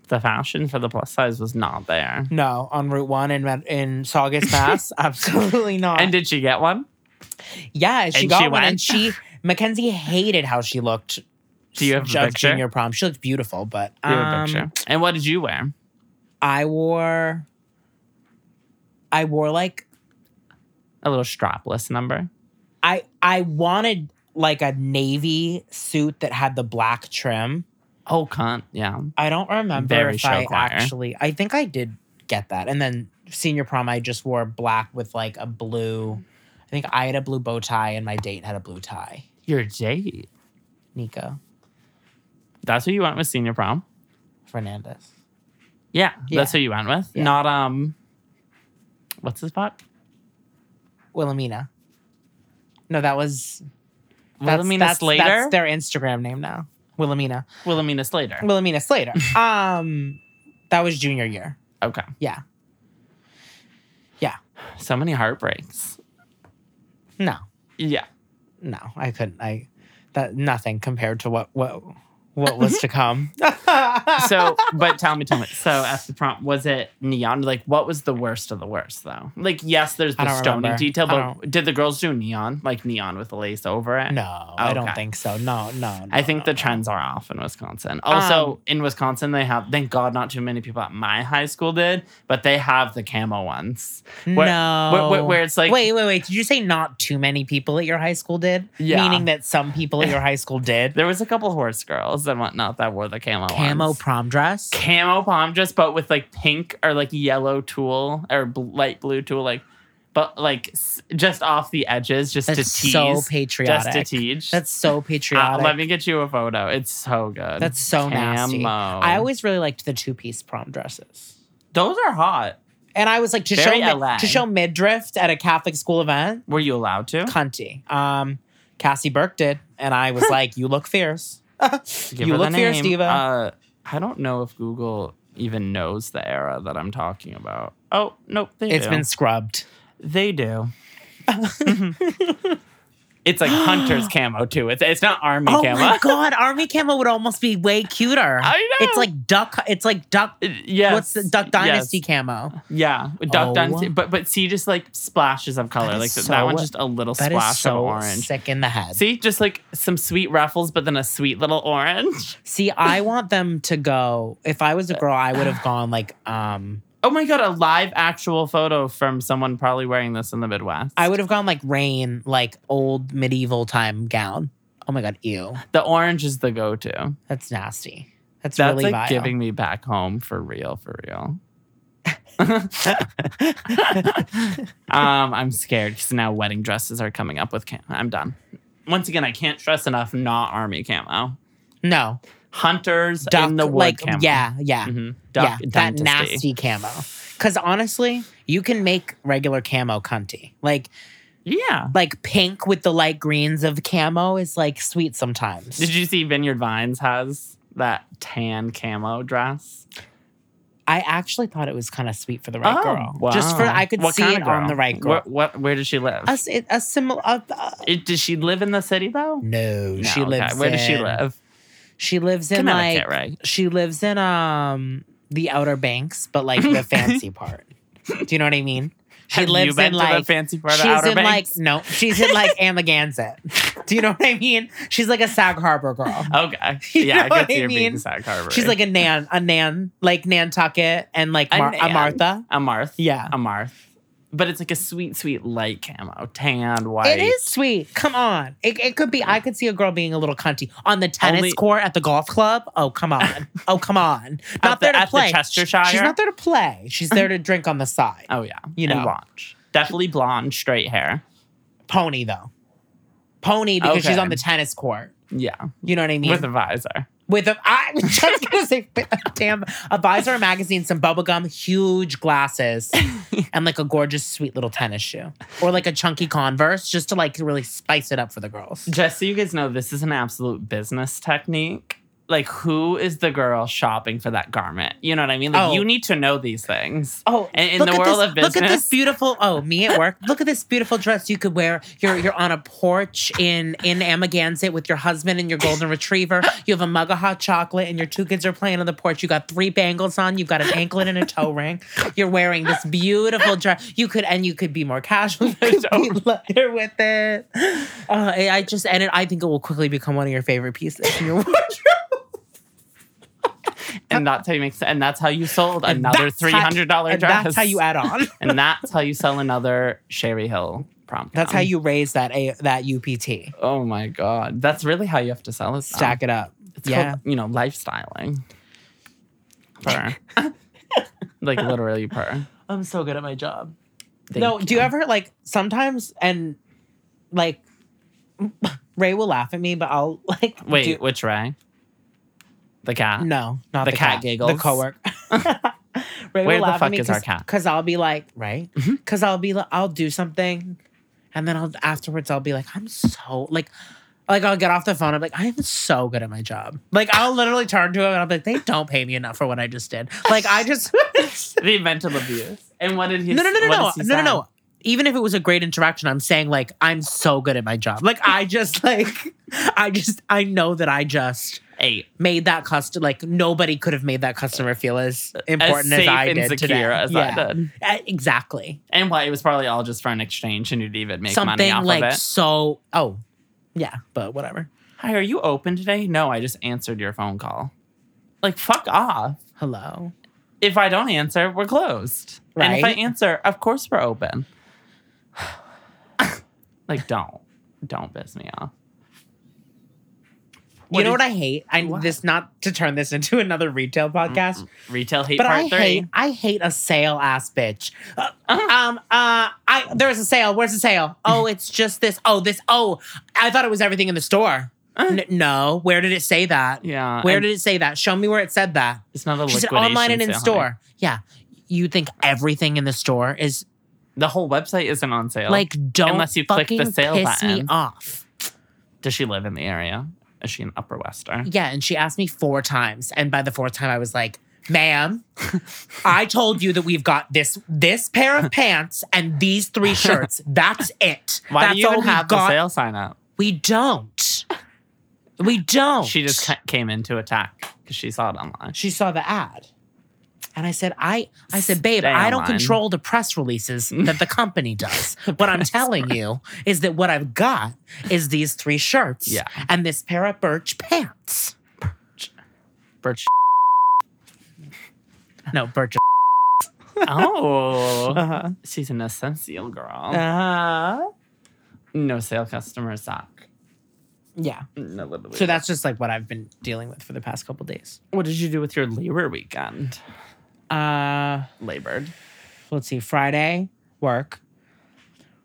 B: The fashion for the plus size was not there.
A: No, on Route One in Med- in Saugus Pass, absolutely not.
B: And did she get one?
A: yeah, she
B: and
A: got
B: she
A: one, and
B: went?
A: she Mackenzie hated how she looked.
B: Do you have a
A: of
B: picture?
A: Junior prom. She looked beautiful, but
B: Do you have a
A: um,
B: picture? And what did you wear?
A: I wore I wore like
B: A little strapless number.
A: I I wanted like a navy suit that had the black trim.
B: Oh, cunt. Yeah.
A: I don't remember
B: Very
A: if
B: show
A: I
B: choir.
A: actually I think I did get that. And then senior prom I just wore black with like a blue I think I had a blue bow tie and my date had a blue tie.
B: Your date.
A: Nico
B: That's who you went with senior prom.
A: Fernandez.
B: Yeah,
A: Yeah.
B: that's who you went with.
A: Yeah.
B: Not um, what's his fuck?
A: Wilhelmina. No, that was that's,
B: Wilhelmina
A: that's,
B: Slater.
A: That's their Instagram name now. Wilhelmina.
B: Wilhelmina Slater.
A: Wilhelmina Slater. um that was junior year.
B: Okay.
A: Yeah.
B: So many heartbreaks.
A: No.
B: Yeah.
A: No, I couldn't. I that nothing compared to what what what was to come.
B: So, but tell me, tell me. So, at the prompt, was it neon? Like, what was the worst of the worst, though? Like, yes, there's
A: I
B: the
A: don't
B: stoning
A: remember.
B: detail,
A: I
B: but did the girls do neon? Like, neon with lace over it?
A: no, I don't
B: Okay.
A: think so. No, no.
B: I
A: no,
B: think
A: no,
B: the trends are off in Wisconsin. Also,
A: Um,
B: in Wisconsin, they have, thank God, not too many people at my high school did, but they have the camo ones.
A: No.
B: Where- where- where- where it's like-
A: Oh. Wait, wait, wait. Did you say not too many people at your high school did?
B: Yeah.
A: Meaning that some people at your high school did.
B: There was a couple horse girls and whatnot that wore the camo
A: Camo
B: ones.
A: prom dress.
B: camo palm dress, but with like pink or like yellow tulle or bl- light blue tulle, like but like s- just off the edges, just
A: That's
B: to tease,
A: so
B: just to
A: patriotic.
B: teach. Uh,
A: That's so patriotic.
B: let me get you a photo. It's so good.
A: That's so nasty.
B: Camo.
A: I always really liked the two piece prom dresses.
B: those are hot.
A: And I was like to
B: Very
A: show
B: LA.
A: mid- to show midriff at a Catholic school event.
B: Were you allowed to?
A: cunty. Um, Cassie Burke did, and I was like, "You look fierce."
B: Give
A: you
B: her the
A: look fierce,
B: name.
A: diva.
B: Uh, I don't know if Google even knows the era that I'm talking about. Oh nope, they
A: It's
B: do.
A: been scrubbed.
B: They do. it's like hunter's camo too. It's it's not army
A: Oh
B: camo.
A: my god, army camo would almost be way cuter.
B: I know.
A: It's like duck. It's like duck.
B: Yes.
A: What's the Duck Dynasty camo?
B: Yeah, Duck
A: Oh.
B: Dynasty. But but see, just like splashes of color,
A: That
B: like
A: is
B: that
A: so-
B: one, just a little
A: That is
B: splash
A: so
B: of orange.
A: sick in the head. See,
B: See, just like some sweet ruffles, but then a sweet little orange.
A: I want them to go. If I was a girl, I would have gone like um.
B: Oh my god, a live actual photo from someone probably wearing this in the Midwest.
A: I would have gone like rain, like old medieval time gown. Oh my god, ew,
B: the orange is the go-to.
A: that's nasty. That's,
B: That's
A: really vile.
B: like giving me back home for real, for real. um, I'm scared because now wedding dresses are coming up with camo. I'm done. Once again, I can't stress enough. Not army camo.
A: no
B: Hunters
A: duck,
B: in the wood
A: like
B: camo.
A: yeah, yeah.
B: Mhm.
A: yeah,
B: Duck
A: that
B: dynasty.
A: nasty camo. Because honestly, you can make regular camo cunty. Like
B: Yeah.
A: like pink with the light greens of camo is like sweet sometimes.
B: Did you see Vineyard Vines has that tan camo dress?
A: I actually thought it was kind of sweet for the right
B: Oh,
A: girl. Just for
B: wow.
A: I could
B: What
A: see
B: kind
A: it
B: of
A: on
B: girl?
A: the right girl.
B: What, what, where does she live?
A: A, s- it- a similar. Uh, uh,
B: It- does she live in the city though?
A: no, she
B: No, okay.
A: lives.
B: Where does she
A: in-
B: live?
A: She lives in
B: Connecticut,
A: like
B: right?
A: she lives in um the Outer Banks, but like the fancy part. Do you know what I mean? She
B: Have
A: lives
B: you been
A: in
B: to
A: like
B: the fancy part
A: she's
B: of Outer
A: in
B: Banks?
A: like no, she's in like Amagansett. Do you know what I mean? She's like a Sag Harbor girl.
B: okay,
A: You
B: yeah, I
A: know
B: can
A: what
B: see
A: I
B: her being
A: mean?
B: Sag Harbor.
A: She's like a Nan, a Nan, like Nantucket and like
B: A
A: Mar- a
B: Nan.
A: Martha.
B: a Marth,
A: Yeah.
B: a Marth, but it's like a sweet, sweet light camo, tan, white.
A: It is sweet. Come on. It, it could be. I could see a girl being a little cunty on the tennis
B: Only-
A: court at the golf club. Oh, come on. oh, come on. Not
B: the-
A: there to
B: at the
A: play.
B: Chestershire?
A: She's not there to play. She's there to drink on the side.
B: Oh yeah,
A: You
B: And
A: know.
B: blonde, definitely blonde, straight hair.
A: Pony, though. Pony because she's
B: Okay.
A: on the tennis court.
B: Yeah,
A: You know what I mean?
B: with a visor.
A: With a, I was just gonna say, damn, a visor, a magazine, some bubblegum, huge glasses, and like a gorgeous, sweet little tennis shoe, or like a chunky Converse, just to like really spice it up for the girls.
B: Just so you guys know, this is an absolute business technique. Like, who is the girl shopping for that garment? You know what I mean? Like,
A: Oh.
B: you need to know these things.
A: Oh,
B: And in
A: look
B: the
A: at
B: world
A: this,
B: of
A: look at this
B: business-
A: beautiful. Oh, me at work. look at this beautiful dress you could wear. You're you're on a porch in in Amagansett with your husband and your golden retriever. You have a mug of hot chocolate, and your two kids are playing on the porch. You got three bangles on. You've got an anklet and a toe ring. You're wearing this beautiful dress. You could and you could be more casual. You could be lighter with it. Uh, I I just and it, I think it will quickly become one of your favorite pieces in your wardrobe.
B: And that's how you make. And that's how you sold another
A: That's how-
B: three hundred dollar
A: and
B: dress.
A: That's how you add on.
B: and that's how you sell another Sherry Hill prom.
A: That's
B: gown.
A: how you raise that a that UPT.
B: Oh my god, that's really how you have to sell it. though.
A: Stack it up.
B: It's called, you know, lifestyling. Purr. like literally purr.
A: I'm so good at my job.
B: Thank
A: no, do you ever like sometimes and like Ray will laugh at me, but I'll like
B: Wait,
A: do-
B: which Ray? The cat.
A: no, not
B: the
A: the,
B: cat
A: the
B: giggles?
A: coworker. Ray
B: Where
A: will
B: the
A: laugh
B: fuck
A: at me
B: is our cat?
A: Because I'll be like, right? Because I'll be like, I'll do something, and then I'll afterwards I'll be like, I'm so like. Like I'll get off the phone. I'm like, I am so good at my job. Like I'll literally turn to him and I'll be like, they don't pay me enough for what I just did. Like I just
B: The mental abuse. And what did he?
A: no, no, no, no,
B: what
A: no,
B: does he
A: no, no,
B: say?
A: no. Even if it was a great interaction, I'm saying like I'm so good at my job. Like I just like I just I know that I just
B: Eight.
A: made that customer like nobody could have made that customer feel as important as,
B: safe
A: I
B: and
A: did
B: secure
A: today.
B: as I did.
A: Uh, exactly.
B: And why it was probably all just for an exchange, and you'd even make money
A: Something
B: off
A: like
B: of it.
A: so. Oh, yeah, but whatever.
B: Hi, are you open today? No, I just answered your phone call. Like fuck off.
A: Hello.
B: If I don't answer, we're closed. And if I
A: Right.
B: answer, of course we're open. like don't, don't piss me off.
A: you know
B: is-
A: what I hate? I
B: What?
A: this not to turn this into another retail podcast,
B: Retail hate
A: But
B: part
A: I
B: three. Uh-huh.
A: hate I hate a sale ass bitch. Uh, um uh I there was a sale. Where's the sale? Oh, it's just this. Oh, this. Oh, I thought it was everything in the store. N- no, where did it say that?
B: Uh-huh. Yeah.
A: Where
B: and
A: did it say that? Show me where it said that.
B: it's not a
A: She said
B: liquidation
A: online and in
B: sale, honey.
A: store. Yeah. You think everything in the store is
B: The whole website isn't on sale.
A: like don't
B: Unless you click the
A: fucking
B: sale
A: piss me
B: button.
A: off.
B: does she live in the area? Is she an Upper Wester?
A: Yeah, and she asked me four times, and by the fourth time, I was like, "Ma'am, I told you that we've got this this pair of pants and these three shirts. That's it.
B: Why
A: That's
B: do you even
A: we've
B: have the sale sign up?
A: We don't. We don't.
B: She just ca- came in to attack because she saw it online.
A: she saw the ad." And I said, I, I said, babe,
B: Stay
A: I don't
B: online.
A: control the press releases that the company does. what I'm telling you is that what I've got is these three shirts
B: Yeah.
A: and this pair of birch pants.
B: Birch.
A: No, birch.
B: oh, she's an essential girl.
A: Uh-huh.
B: Uh-huh.
A: Uh,
B: no sale customer sock.
A: yeah.
B: No, literally.
A: So that's just like what I've been dealing with for the past couple days.
B: what did you do with your labor weekend?
A: Uh,
B: Labored.
A: let's see. Friday, work.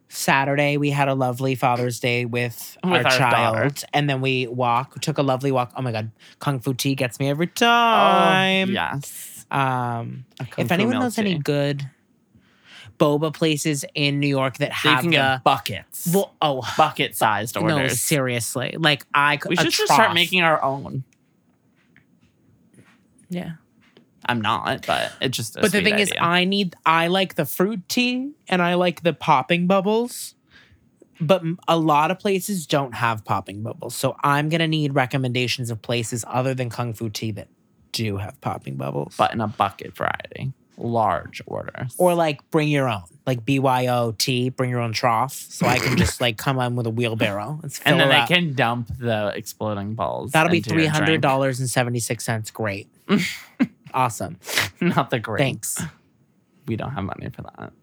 A: Saturday, we had a lovely Father's Day with,
B: With
A: our,
B: our
A: child.
B: daughter.
A: And then we walk, took a lovely walk. Oh my God. Kung Fu tea gets me every
B: Oh,
A: time.
B: yes.
A: Um,
B: A Kung
A: if
B: Fu
A: anyone
B: milk
A: knows any
B: tea.
A: good boba places in New York that
B: So you
A: have
B: can
A: the,
B: get buckets.
A: well, oh,
B: bucket sized orders.
A: no, seriously. Like, I could.
B: we
A: a
B: should just start
A: trough.
B: making our own.
A: Yeah.
B: I'm not, but it just. A
A: But the
B: sweet
A: thing is,
B: idea.
A: I need I like the fruit tea and I like the popping bubbles, but m- a lot of places don't have popping bubbles. So I'm gonna need recommendations of places other than Kung Fu Tea that do have popping bubbles,
B: but in a bucket variety, large orders.
A: or like bring your own, like BYOT, bring your own trough, so I can just like come on with a wheelbarrow and fill
B: and then
A: her
B: I
A: up.
B: can dump the exploding balls.
A: That'll be
B: into your
A: three
B: drink.
A: hundred dollars and seventy six cents. Great, awesome.
B: Not the great.
A: Thanks.
B: We don't have money for that.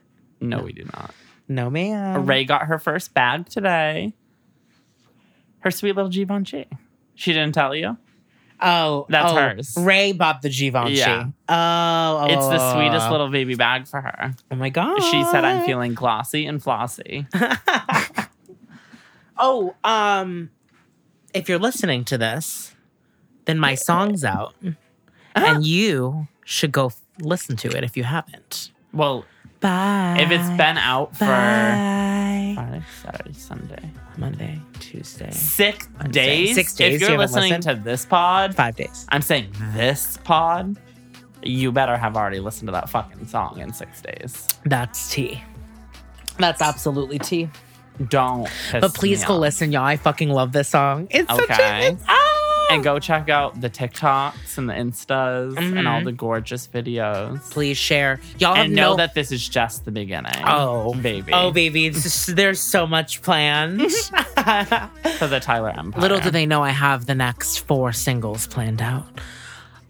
B: no, we do not.
A: No man.
B: Ray got her first bag today. Her sweet little Givenchy. She didn't tell you.
A: Oh,
B: That's
A: oh,
B: hers.
A: Ray bought the Givenchy.
B: Yeah.
A: Oh, oh,
B: It's
A: oh,
B: the
A: oh,
B: sweetest
A: oh.
B: little baby bag for her.
A: Oh my god.
B: She said, "I'm feeling glossy and flossy."
A: Oh, um, if you're listening to this, then my song's out,
B: Uh-huh.
A: and you should go f- listen to it if you haven't.
B: Well,
A: Bye.
B: if it's been out for
A: Bye.
B: Friday, Saturday, Sunday,
A: Monday, Tuesday,
B: six
A: Wednesday.
B: days.
A: Six days,
B: If
A: you
B: you're
A: haven't
B: listening
A: listened?
B: to this pod,
A: five days.
B: I'm saying this pod, you better have already listened to that fucking song in six days.
A: That's tea. That's absolutely tea.
B: Don't. piss
A: But please
B: me
A: go
B: off.
A: listen, y'all. I fucking love this song. It's such
B: Okay.
A: a. It's, ah!
B: and go check out the TikToks and the Instas and all
A: Mhm.
B: the gorgeous videos.
A: please share. Y'all have
B: And know
A: no.
B: that this is just the beginning.
A: oh
B: baby.
A: Oh baby, This is- there's so much planned.
B: For the Tyler Empire.
A: Little do they know I have the next four singles planned out.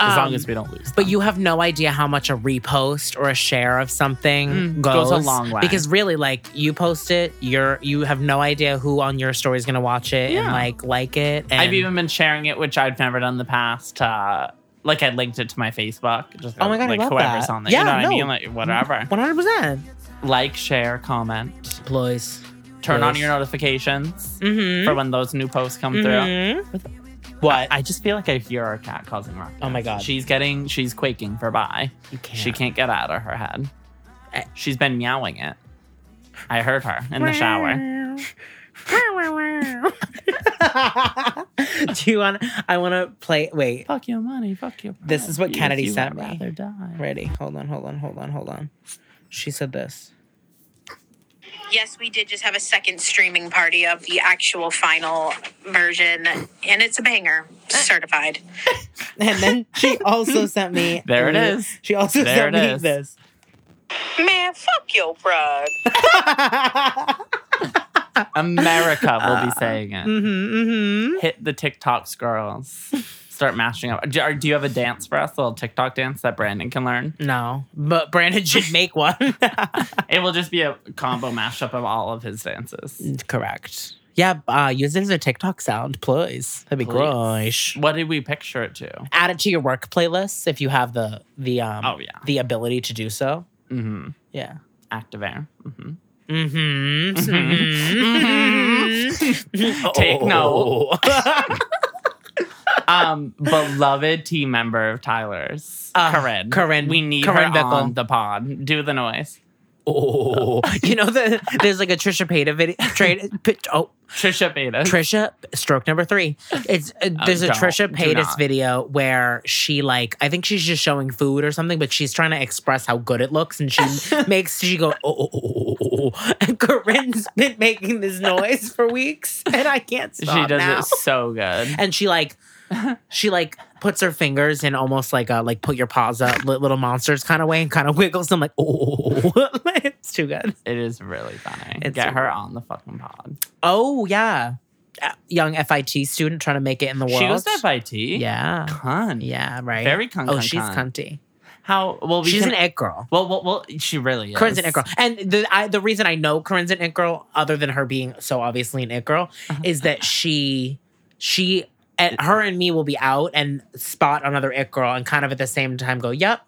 B: As long
A: Um,
B: as we don't lose.
A: But
B: them.
A: you have no idea how much a repost or a share of something
B: Mm,
A: goes.
B: goes a long way.
A: Because really, like you post it, you're you have no idea who on your story is gonna watch it and
B: Yeah.
A: like like it. And
B: I've even been sharing it, which I've never done in the past. Uh, like I linked it to my Facebook. Just
A: Oh my God, I
B: like
A: love
B: whoever's
A: that.
B: on there.
A: Yeah,
B: you know what
A: no.
B: I mean? Like whatever.
A: one hundred percent
B: Like, share, comment,
A: employees.
B: turn on
A: Yes.
B: your notifications
A: Mm-hmm.
B: for when those new posts come through.
A: What?
B: I just feel like I hear our cat causing ruckus.
A: Oh my God.
B: She's getting she's quaking for bye.
A: you can't.
B: She can't get out of her head.
A: Eh.
B: She's been meowing it. I heard her in the shower.
A: Do you want? I want to play. Wait,
B: Fuck your money. Fuck your.
A: This is what
B: property,
A: Kennedy
B: if you
A: sent
B: would
A: me.
B: Rather die.
A: ready? Hold on, hold on, hold on, hold on. She said this.
C: Yes, we did just have a second streaming party of the actual final version, and it's a banger, certified.
A: And then she also sent me.
B: There it is.
A: She also
B: There
A: sent
B: it
A: me
B: is.
A: this.
C: Man, fuck your pride.
B: America will
A: Uh,
B: be saying
A: mm.
B: it.
A: Mm-hmm,
B: Hit the TikToks, girls. Start mashing up. Do, are- do you have a dance for us? A little TikTok dance that Brandon can learn?
A: No, but Brandon should make one.
B: It will just be a combo mashup of all of his dances.
A: Correct. Yeah, uh, use it as a TikTok sound, please. That'd be
B: Please.
A: great.
B: What did we picture it to?
A: Add it to your work playlists if you have the the um
B: Oh, yeah.
A: the ability to do so.
B: Mm-hmm.
A: Yeah.
B: Active air. hmm
A: Mm-hmm.
B: Mm-hmm. Take
A: Oh.
B: note.
A: note.
B: um beloved team member of Tyler's.
A: Uh,
B: Corinne.
A: Corinne-
B: We need
A: Corinne
B: her
A: Bickle.
B: on the pod. Do the noise.
A: oh. You know the there's like a Trisha Paytas video. Trade. Pitch, oh,
B: Trisha Paytas.
A: Trisha, stroke number three. It's uh, there's a
B: don't.
A: Trisha
B: Do
A: Paytas
B: not.
A: video where she like I think she's just showing food or something, but she's trying to express how good it looks, and she makes she go oh, oh, oh, oh, oh. and Corinne's been making this noise for weeks, and I can't
B: she
A: stop
B: does
A: now.
B: it so good.
A: And she like she like puts her fingers in almost like a like put your paws up li- little monsters kind of way and kind of wiggles them like oh, oh, oh, oh. it's too good.
B: It is really funny.
A: It's
B: Get
A: so
B: her on the fucking pod.
A: Oh yeah, Uh, young FIT student trying to make it in the world.
B: She was at FIT.
A: Yeah.
B: Cunt.
A: Yeah, right.
B: Very cunt.
A: Oh,
B: cunt,
A: she's
B: cunt.
A: cunty.
B: How well we
A: she's
B: can,
A: an it girl.
B: well, well well she really is.
A: Corinne's an it girl, and the I, the reason I know Corinne's an it girl, other than her being so obviously an it girl,
B: Uh-huh.
A: is that she she and her and me will be out and spot another it girl, and kind of at the same time go, "Yep,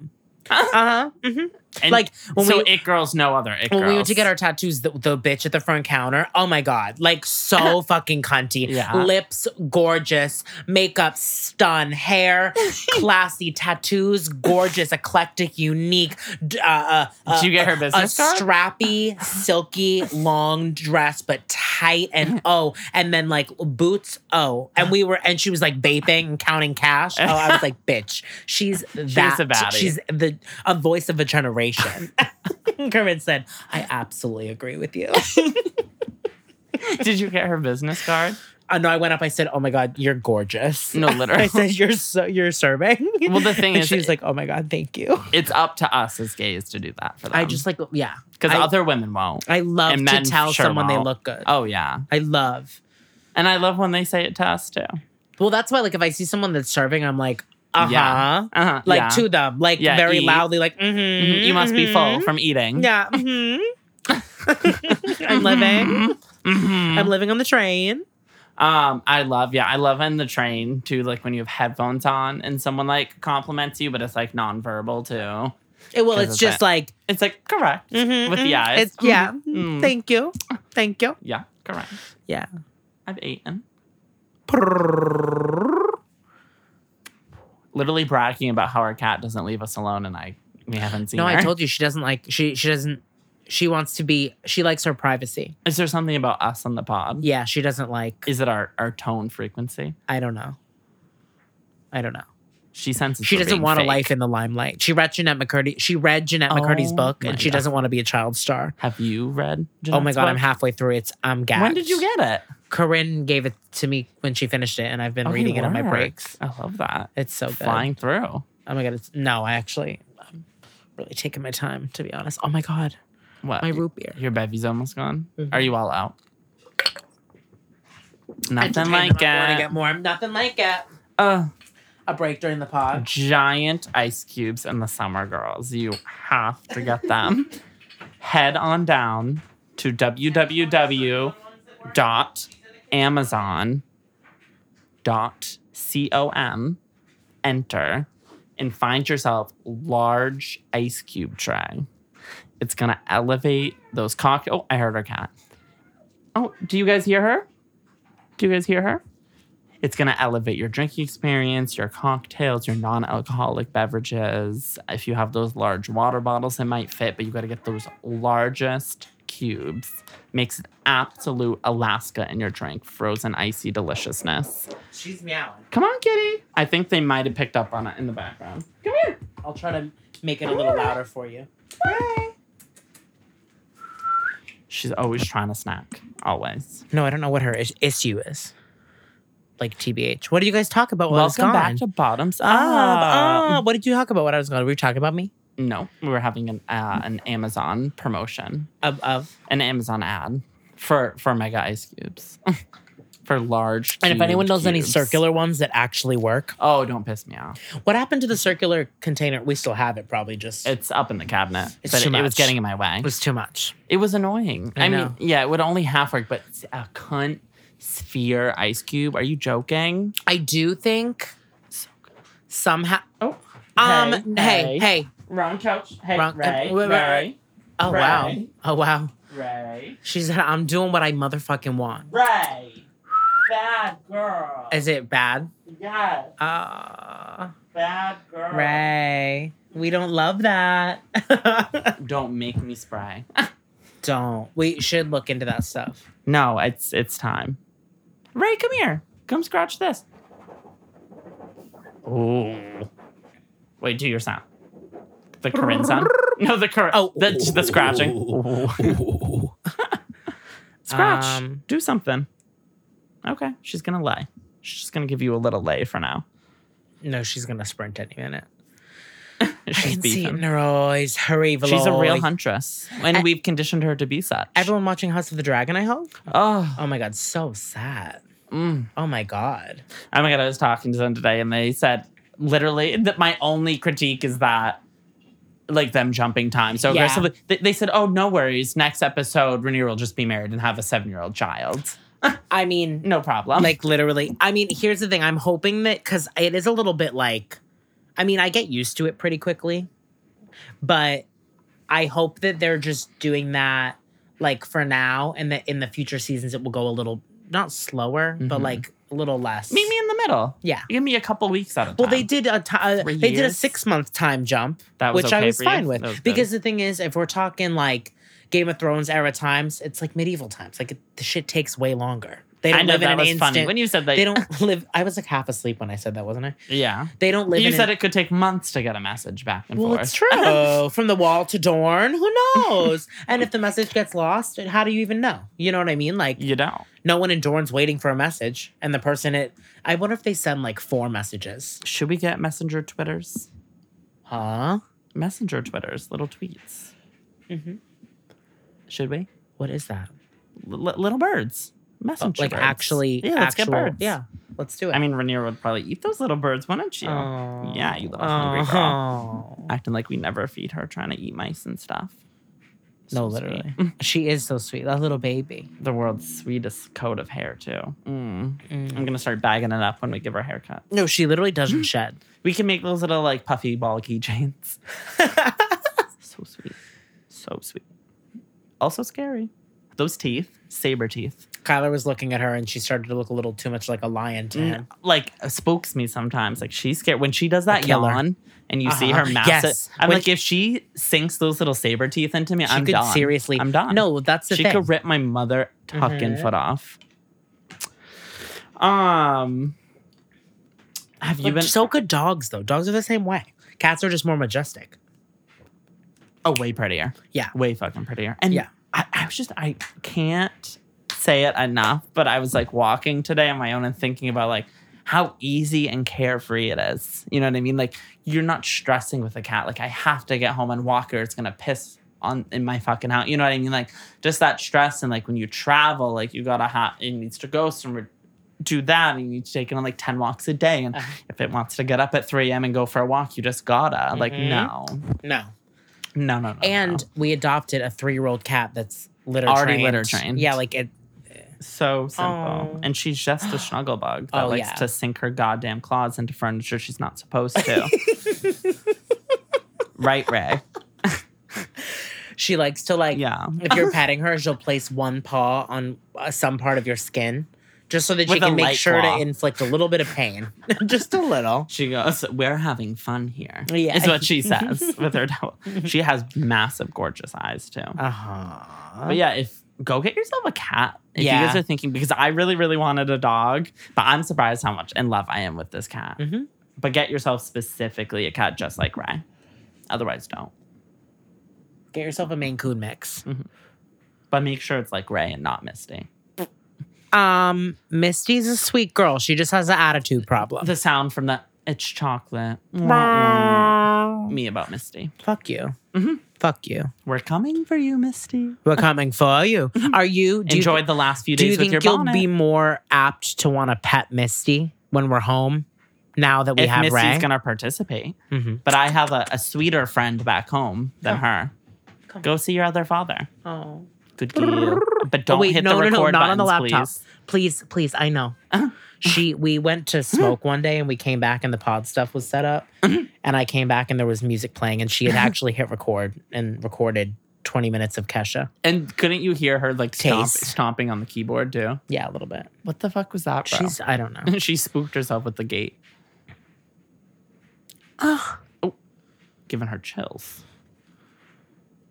A: uh huh." hmm
B: Uh-huh. And
A: Like when
B: so
A: we
B: it girls no other it
A: when
B: girls.
A: we went to get our tattoos, the, the bitch at the front counter, oh my god, like so fucking cunty.
B: Yeah.
A: Lips gorgeous, makeup stun, hair classy, tattoos gorgeous, eclectic, unique. d- Uh, uh, uh,
B: Did you get her
A: a
B: business card?
A: strappy, silky, long dress, but tight and oh, and then like boots. Oh, and we were, and she was like vaping and counting cash. Oh, I was like, bitch, she's that.
B: a baddie.
A: she's the a voice of a generation. Kermit said, I absolutely agree with you.
B: Did you get her business card?
A: Uh, no, I went up. I said, "Oh my god, you're gorgeous."
B: No, literally.
A: I said, "You're so you're serving."
B: Well, the thing
A: And
B: is,
A: she's
B: it- Um,
A: like, "Oh my god, thank you."
B: It's up to us as gays to do that for them.
A: I just like, yeah,
B: because
A: I-
B: other women won't.
A: I love
B: And
A: to
B: men
A: tell
B: sure
A: someone they
B: won't.
A: look good.
B: Oh yeah,
A: I love.
B: and I love when they say it to us too.
A: Well, that's why, like, if I see someone that's serving, I'm like, uh huh,
B: Yeah. Uh-huh.
A: like
B: yeah.
A: to them, like
B: Yeah,
A: very
B: eat.
A: loudly, like, mm-hmm,
B: Mhm, You must be full from eating.
A: Yeah. mhm. I'm living.
B: Mhm.
A: I'm living on the train.
B: Um, I love, yeah, I love in the train too, like when you have headphones on and someone like compliments you, but it's like nonverbal too.
A: It, well,
B: 'Cause
A: it's
B: it's
A: just
B: that-
A: like
B: It's like correct
A: mhm,
B: with the
A: mhm.
B: eyes.
A: It's, yeah.
B: Mhm, mhm.
A: Thank you. Thank you.
B: Yeah, correct.
A: Yeah.
B: I've eaten. Literally bragging about how our cat doesn't leave us alone, and I we haven't seen.
A: No,
B: her.
A: I told you she doesn't like she she doesn't she wants to be she likes her privacy.
B: Is there something about us on the pod?
A: Yeah, she doesn't like
B: Is it our our tone frequency?
A: I don't know. I don't know.
B: She senses.
A: She
B: we're
A: doesn't
B: being
A: want a
B: fake.
A: life in the limelight. She read Jeanette McCurdy. She read Jeanette McCurdy's
B: Oh
A: book
B: my
A: and she
B: God.
A: doesn't want to be a child star.
B: Have you read?
A: Oh my
B: Jeanette's
A: god, I'm
B: book?
A: halfway through. It's I'm gagged.
B: When did you get it?
A: Corinne gave it to me when she finished it, and I've been
B: Okay,
A: reading it on my
B: work.
A: breaks.
B: I love that.
A: It's so good.
B: Oh, Flying through.
A: Oh my god, it's no, I actually I'm really taking my time to be honest. Oh my god,
B: What?
A: my root beer.
B: Your bevy's almost gone.
A: Mhm.
B: Are you all out?
A: Entertainment,
B: Nothing like
A: I'm going to
B: it.
A: get more. Nothing like it.
B: Uh,
A: A break during the
B: Mm.
A: pod.
B: giant ice cubes and the summer girls. You have to get them. Head on down to www.amazon.com. Enter and find yourself large ice cube tray. It's gonna elevate those cocktails. Oh, I heard her cat. Oh, do you guys hear her? Do you guys hear her? It's going to elevate your drinking experience, your cocktails, your non alcoholic beverages. If you have those large water bottles, it might fit, but you got to get those largest cubes. Makes an absolute Alaska in your drink. Frozen, icy deliciousness.
A: She's meowing.
B: Come on, kitty. I think they might have picked up on it in the background. Come here.
A: I'll try to make it a little louder for you.
B: She's always trying to snack, always.
A: No, I don't know what her is- issue is. Like TBH. What do you guys talk about while
B: Welcome
A: I
B: back
A: was
B: to
A: gone?
B: Bottoms Up.
A: Ah, ah, what did you talk about when I was gone? Were you talking about me?
B: No, we were having an, uh, an Amazon promotion.
A: Of, of.
B: an Amazon ad for for mega ice cubes for large.
A: And if anyone
B: cubed
A: knows any
B: cubes.
A: circular ones that actually work,
B: oh, don't piss me off.
A: what happened to the circular container? We still have it, probably just
B: It's up in the cabinet,
A: It's
B: but
A: too
B: it, it was
A: much.
B: getting in my way.
A: it was too much.
B: It was annoying.
A: I
B: I,
A: know.
B: mean, yeah, it would only half work, but it's a cunt sphere ice cube. Are you joking?
A: I do think somehow.
B: Oh,
A: Um. Hey. Hey.
B: wrong couch. Hey,
A: Wrong- uh,
B: Ray,
A: wait, wait, wait.
B: Ray,
A: Oh
B: Right.
A: wow. Oh wow.
B: Ray,
A: She said, "I'm doing what I motherfucking want."
B: Ray. Bad girl.
A: Is it bad?
B: yes,
A: Uh,
B: bad girl.
A: Ray, we don't love that.
B: Don't make me spry.
A: don't. We should look into that stuff.
B: No, it's it's time. Ray, come here. Come scratch this. Oh. Wait, do your sound. The Corinne sound? No, the Corinne.
A: Oh.
B: Oh, the, the scratching. Scratch.
A: Um,
B: do something. Okay, she's gonna lay. She's just gonna give you a little lay for now.
A: No, she's gonna sprint any minute. I
B: She's
A: can see it in
B: beefing.
A: her eyes. Her evil
B: She's a real
A: eye.
B: huntress, and
A: I-
B: we've conditioned her to be such.
A: Everyone watching House of the Dragon, I hope.
B: oh,
A: Oh my god, so sad.
B: mm.
A: Oh my god.
B: Oh my god, I was talking to them today and they said literally that my only critique is that like them jumping time so
A: Yeah.
B: aggressively. They, they said, "Oh, no worries. Next episode, Renee will just be married and have a seven-year-old child.
A: I mean,
B: No problem."
A: like literally. I mean, here's the thing. I'm hoping that because it is a little bit like, I mean, I get used to it pretty quickly, but I hope that they're just doing that like for now, and that in the future seasons it will go a little not slower, but
B: Mhm.
A: like a little less.
B: meet me in the middle.
A: Yeah.
B: give me a couple weeks out of
A: Well,
B: time.
A: they did a ti- uh,
B: Three
A: they did a
B: years?
A: six month time jump,
B: That was
A: which I
B: okay
A: was
B: for you?
A: fine with
B: That was good.
A: because the thing is, if we're talking like Game of Thrones era times, it's like medieval times. Like it, the shit takes way longer. They don't
B: I know
A: live in
B: that
A: an
B: was
A: instant.
B: funny when you said that.
A: they don't live. I was like half asleep when I said that, wasn't I?
B: yeah,
A: They don't live.
B: you
A: in an,
B: said it could take months to get a message back and
A: Well,
B: forth.
A: it's true. Oh. From the wall to Dorn, who knows? and if the message gets lost, how do you even know? You know what I mean? Like
B: You don't.
A: no one in Dorn's waiting for a message, and the person it. I wonder if they send like four messages.
B: Should we get messenger twitters?
A: Huh?
B: Messenger twitters, little tweets.
A: Mhm.
B: Should we? Oh,
A: What is that?
B: L- l- little birds. Messenger
A: Oh, like
B: birds.
A: actually,
B: Yeah, let's
A: actual-
B: get birds.
A: Yeah, let's do it.
B: I mean, Rainier would probably eat those little birds, wouldn't you? Yeah, you little hungry
A: girl.
B: Acting like we never feed her, trying to eat mice and stuff.
A: No,
B: So sweet.
A: literally. She is so sweet. That little baby.
B: The world's sweetest coat of hair, too. Mm.
A: Mm.
B: I'm gonna start bagging it up when we give her haircuts.
A: No, she literally doesn't shed.
B: We can make those little like puffy ball keychains. so sweet. So sweet. Also scary. Those teeth, saber teeth.
A: Kyler was looking at her and she started to look a little too much like a lion
B: Mm,
A: to him.
B: Like uh, spooks me sometimes. Like she's scared when she does that
A: killer.
B: yawn and you see her
A: Uh-huh.
B: mouth.
A: Yes.
B: I'm
A: When
B: like, if she sinks those little saber teeth into me,
A: She
B: I'm
A: could
B: done.
A: seriously.
B: I'm done.
A: No, that's the
B: she
A: thing.
B: could rip my mother tucking
A: Mhm.
B: foot off. Um, have you
A: But
B: been?
A: so could dogs though. Dogs are the same way. Cats are just more majestic.
B: Oh, way prettier.
A: Yeah.
B: Way fucking prettier. And
A: Yeah.
B: I, I was just, I can't say it enough, but I was like walking today on my own and thinking about like how easy and carefree it is. You know what I mean? Like you're not stressing with a cat. Like I have to get home and walk her. It's going to piss on in my fucking house. You know what I mean? Like just that stress. And like when you travel, like you got to have, it needs to go somewhere. Do that, and you need to take it on like 10 walks a day. And
A: Uh-huh.
B: if it wants to get up at 3 a.m. and go for a walk, you just gotta. Like,
A: Mhm.
B: no,
A: No.
B: no, no, no. no.
A: And we adopted a three-year-old cat that's litter
B: Already
A: trained.
B: litter trained.
A: Yeah, like it.
B: So simple.
A: Oh.
B: And she's just a snuggle bug that
A: Oh,
B: likes
A: yeah.
B: to sink her goddamn claws into furniture she's not supposed to. right, Ray?
A: She likes to like.
B: Yeah.
A: If you're petting her, she'll place one paw on uh, some part of your skin, just so that she
B: With a
A: can make
B: light
A: sure
B: claw.
A: to inflict a little bit of pain, just a little.
B: She goes, We're having fun here.
A: Yeah.
B: Is what she says with her towel. She has massive, gorgeous eyes too.
A: Uh huh.
B: But yeah, if go get yourself a cat. If you guys
A: Yeah.
B: are thinking, because I really, really wanted a dog, but I'm surprised how much in love I am with this cat.
A: Mhm.
B: But get yourself specifically a cat just like Ray. Otherwise, don't.
A: Get yourself a Maine Coon mix.
B: But make sure it's like Ray and not Misty.
A: Um, Misty's a sweet girl. She just has an attitude problem.
B: The sound from the it's chocolate. Me about Misty.
A: Fuck you.
B: Mhm.
A: Fuck you.
B: We're coming for you, Misty.
A: We're coming for you. Are you? Do
B: Enjoyed
A: You,
B: the last few
A: do you
B: days with your
A: think you'll
B: bonnet.
A: be more apt to want to pet Misty when we're home? Now that we
B: if
A: have
B: Misty's
A: Ray.
B: gonna participate.
A: Mhm.
B: But I have a, a sweeter friend back home than
A: Come.
B: her.
A: Come.
B: Go see your other father.
A: oh.
B: Good girl. But don't
A: wait,
B: hit
A: no,
B: the
A: no,
B: record
A: no, not on the
B: buttons,
A: laptop.
B: please.
A: Please,
B: Uh-huh. Mm-hmm.
A: please, I know. she, we went to smoke one day and we came back and the pod stuff was set up. and I came back and there was music playing and she had
B: Mm-hmm.
A: actually hit record and recorded 20 minutes of Kesha.
B: And couldn't you hear her like stomp,
A: Taste.
B: stomping on the keyboard too?
A: Yeah, a little bit.
B: What the fuck was that, bro? Mm-hmm.
A: She's, I don't know.
B: she spooked herself with the gate. Oh, giving her chills.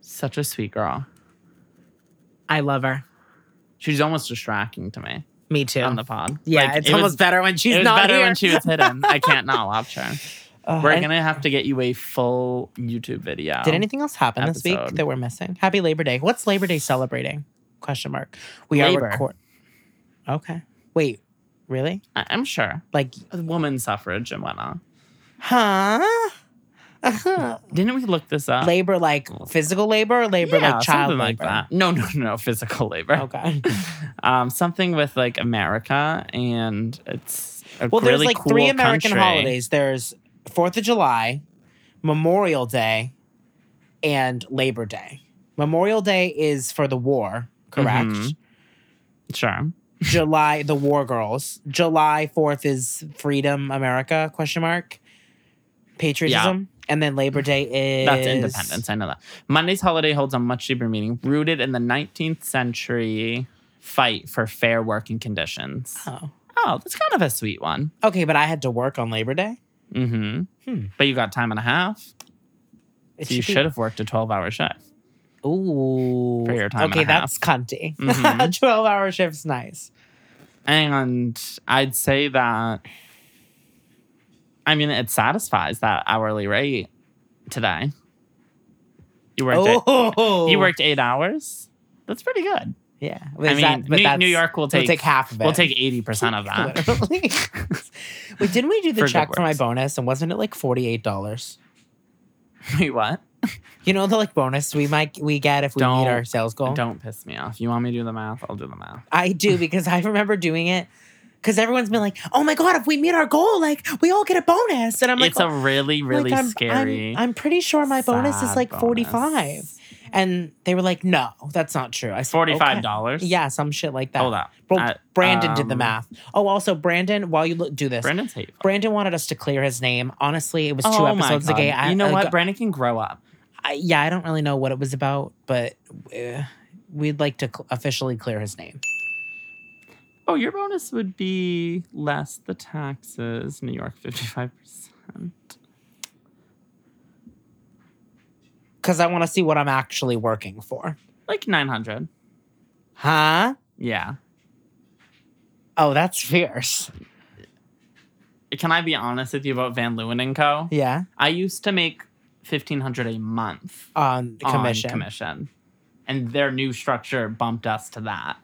B: Such a sweet girl.
A: I love her.
B: She's almost distracting to me
A: Me too.
B: on the pod.
A: yeah,
B: Like,
A: it's
B: it was-
A: almost better when she's
B: it was
A: not
B: better
A: here.
B: when she was hidden. I can't not watch her.
A: Uh,
B: We're
A: and-
B: gonna have to get you a full YouTube video.
A: Did anything else happen this week
B: episode.
A: that we're missing? Happy Labor Day. What's Labor Day celebrating? Question mark. We
B: Labor.
A: are record. Okay. Wait. Really?
B: I- I'm sure.
A: Like,
B: Woman suffrage and whatnot.
A: huh? Uh-huh.
B: Didn't we look this up?
A: labor like physical labor or labor
B: Yeah,
A: like child
B: something like
A: labor?
B: that. No, no, no, physical labor.
A: Okay.
B: um, something with like America, and it's a
A: Well, there's
B: really
A: like
B: cool
A: three American
B: country.
A: holidays. There's Fourth of July, Memorial Day, and Labor Day. Memorial Day is for the war, correct?
B: Mhm. Sure.
A: July the War Girls. July 4th is Freedom America question mark. Patriotism. And then Labor Day is
B: That's independence. I know that. Monday's holiday holds a much deeper meaning, rooted in the 19th century fight for fair working conditions. Oh,
A: Oh.
B: that's kind of a sweet one.
A: Okay, but I had to work on Labor Day.
B: Mm-hmm.
A: Hmm.
B: But you got time and a half.
A: It
B: So you
A: be-
B: should have worked a 12 hour shift.
A: Ooh.
B: For your time and
A: okay,
B: a half.
A: that's cunty.
B: Mhm.
A: 12 hour shift's nice.
B: And I'd say that, I mean, it satisfies that hourly rate today. You worked, eight,
A: Oh,
B: you worked eight hours? That's pretty good.
A: Yeah,
B: I
A: Is
B: mean,
A: that- but
B: New,
A: that's-
B: New York will
A: we'll
B: take,
A: half of it.
B: we'll take 80% of that.
A: Literally. Wait, didn't we do the
B: For good
A: check for my
B: works.
A: bonus? And wasn't it like forty eight dollars?
B: Wait, what?
A: You know the like bonus we might we get if we
B: Don't-
A: meet our sales goal.
B: Don't piss me off. You want me to do the math? I'll do the math.
A: I do because I remember doing it because everyone's been like, "Oh my god, if we meet our goal, like we all get a bonus." And I'm like, oh,
B: it's a really,
A: like,
B: really
A: I'm- I'm-
B: scary.
A: I'm, pretty sure my bonus is
B: sad
A: like
B: bonus.
A: forty five, and they were like, "No, that's not true." I said,
B: Forty five
A: "Okay."
B: dollars.
A: Yeah, some shit like that.
B: Hold up.
A: Well,
B: I-
A: Brandon did the
B: um,
A: math. Oh, also Brandon, while you look, do this, Brandon,
B: Brandon's hateful.
A: wanted us to clear his name. Honestly, it was two
B: Oh my
A: episodes ago.
B: God.
A: I,
B: you know
A: I-
B: what? Brandon can grow up.
A: I, yeah, I don't really know what it was about, but uh, we'd like to cl- officially clear his name.
B: Oh, your bonus would be less the taxes. New York, fifty five percent.
A: because I want to see what I'm actually working for.
B: Like nine hundred.
A: Huh?
B: Yeah.
A: Oh, that's fierce.
B: Can I be honest with you about Van Leeuwen and Co?
A: Yeah.
B: I used to make fifteen hundred a month
A: On the commission.
B: on commission, and their new structure bumped us to that.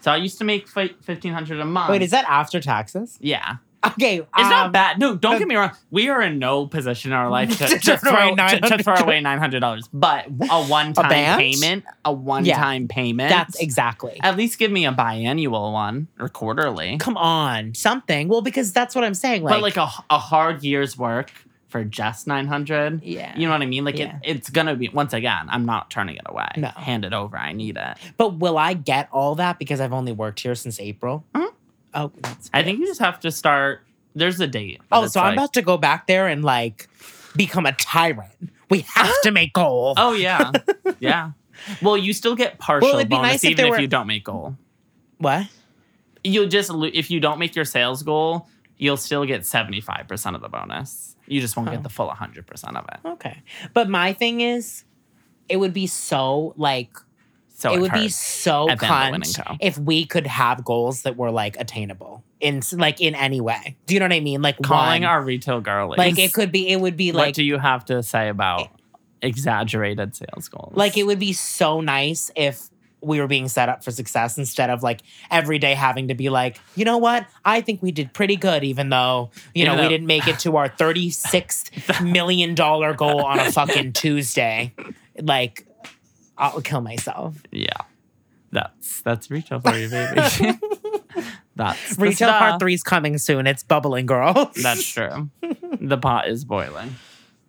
B: So I used to make fifteen hundred a month.
A: Wait, is that after taxes?
B: yeah?
A: Okay.
B: It's not
A: um,
B: bad. No, don't
A: the-
B: get me wrong. We are in no position in our life to,
A: To
B: to,
A: throw away
B: throw, to, to throw
A: $900.
B: away nine hundred dollars, but a one-time
A: band?
B: payment, a one-time payment.
A: That's exactly.
B: at least give me a biannual one or quarterly,
A: Come on, something. Well, because that's what I'm saying. Like,
B: but like a, a hard year's work for just nine hundred.
A: yeah.
B: You know what I mean? Like
A: Yeah.
B: it, it's gonna be once again. I'm not turning it away.
A: No.
B: hand it over. I need it.
A: but will I get all that because I've only worked here since April?
B: Mhm.
A: Oh, that's.
B: I think you just have to start. There's a date. but
A: Oh,
B: it's
A: so I'm
B: like-
A: about to go back there and like become a tyrant. We have to make goal.
B: Oh yeah, yeah. Well, you still get partial
A: it'd be
B: bonus
A: nice if
B: even
A: there
B: if
A: were-
B: you don't make goal.
A: What?
B: you'll just lo- if you don't make your sales goal, you'll still get 75% of the bonus. You just won't
A: Oh.
B: get the full 100% of it.
A: Okay. But my thing is, it would be so like
B: So
A: it would be
B: hurts.
A: so
B: at Van Leeuwen and
A: cunt
B: Co.
A: if we could have goals that were like attainable in like in any way. Do you know what I mean? Like
B: calling
A: one.
B: our retail girlies.
A: like it could be it would be
B: What
A: like
B: do you have to say about exaggerated sales goals?
A: like it would be so nice if we were being set up for success instead of like every day having to be like, you know what? I think we did pretty good, even though you
B: Even
A: know we
B: though-
A: didn't make it to our thirty six million dollar goal on a fucking Tuesday. Like, I'll kill myself.
B: yeah. That's that's retail for you, baby. that's the
A: Retail
B: stuff.
A: part three is coming soon. It's bubbling, girl.
B: That's true. the pot is boiling.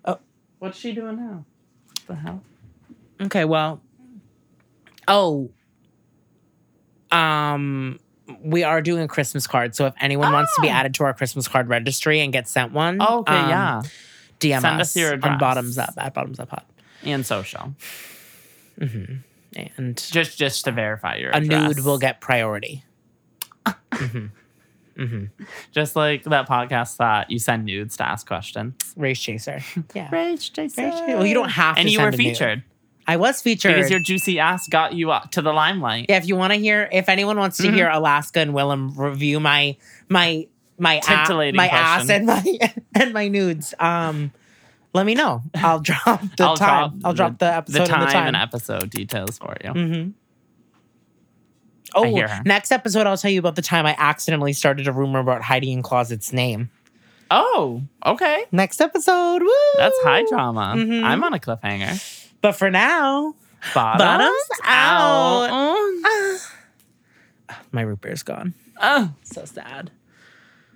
A: Oh.
B: What's she doing now? What the hell?
A: Okay, well, oh, um, we are doing a Christmas card. So if anyone wants to be
B: Oh.
A: added to our Christmas card registry and get sent one,
B: Oh, okay,
A: um,
B: yeah.
A: DM
B: Send
A: us,
B: us your
A: on
B: address.
A: bottoms up at bottoms up hot,
B: And social.
A: and
B: Just just to verify your
A: a
B: address.
A: nude will get priority. Mhm. Mhm.
B: Just like that podcast that you send nudes to ask questions.
A: Race chaser. Yeah.
B: Rage, Jason.
A: Well, you don't have to.
B: And you
A: send
B: were
A: a nude.
B: featured
A: I was featured.
B: because your juicy ass got you up to the limelight.
A: Yeah, if you want to hear, if anyone wants to
B: Mhm.
A: hear Alaska and Willem review my my my ass, my
B: Titillating
A: ass and
B: question.
A: my and my nudes, um, let me know. I'll drop the
B: I'll
A: time.
B: drop
A: I'll drop the episode
B: The time,
A: and the time.
B: and episode details for you.
A: mm-hmm.
B: I hear
A: Oh,
B: her.
A: next episode, I'll tell you about the time I accidentally started a rumor about Heidi in Closet's name.
B: Oh, okay.
A: Next episode, woo!
B: That's high drama.
A: Mhm.
B: I'm on a cliffhanger.
A: But for now,
B: Bottoms,
A: Bottoms out.
B: out.
A: my root beer's gone.
B: Oh,
A: So sad.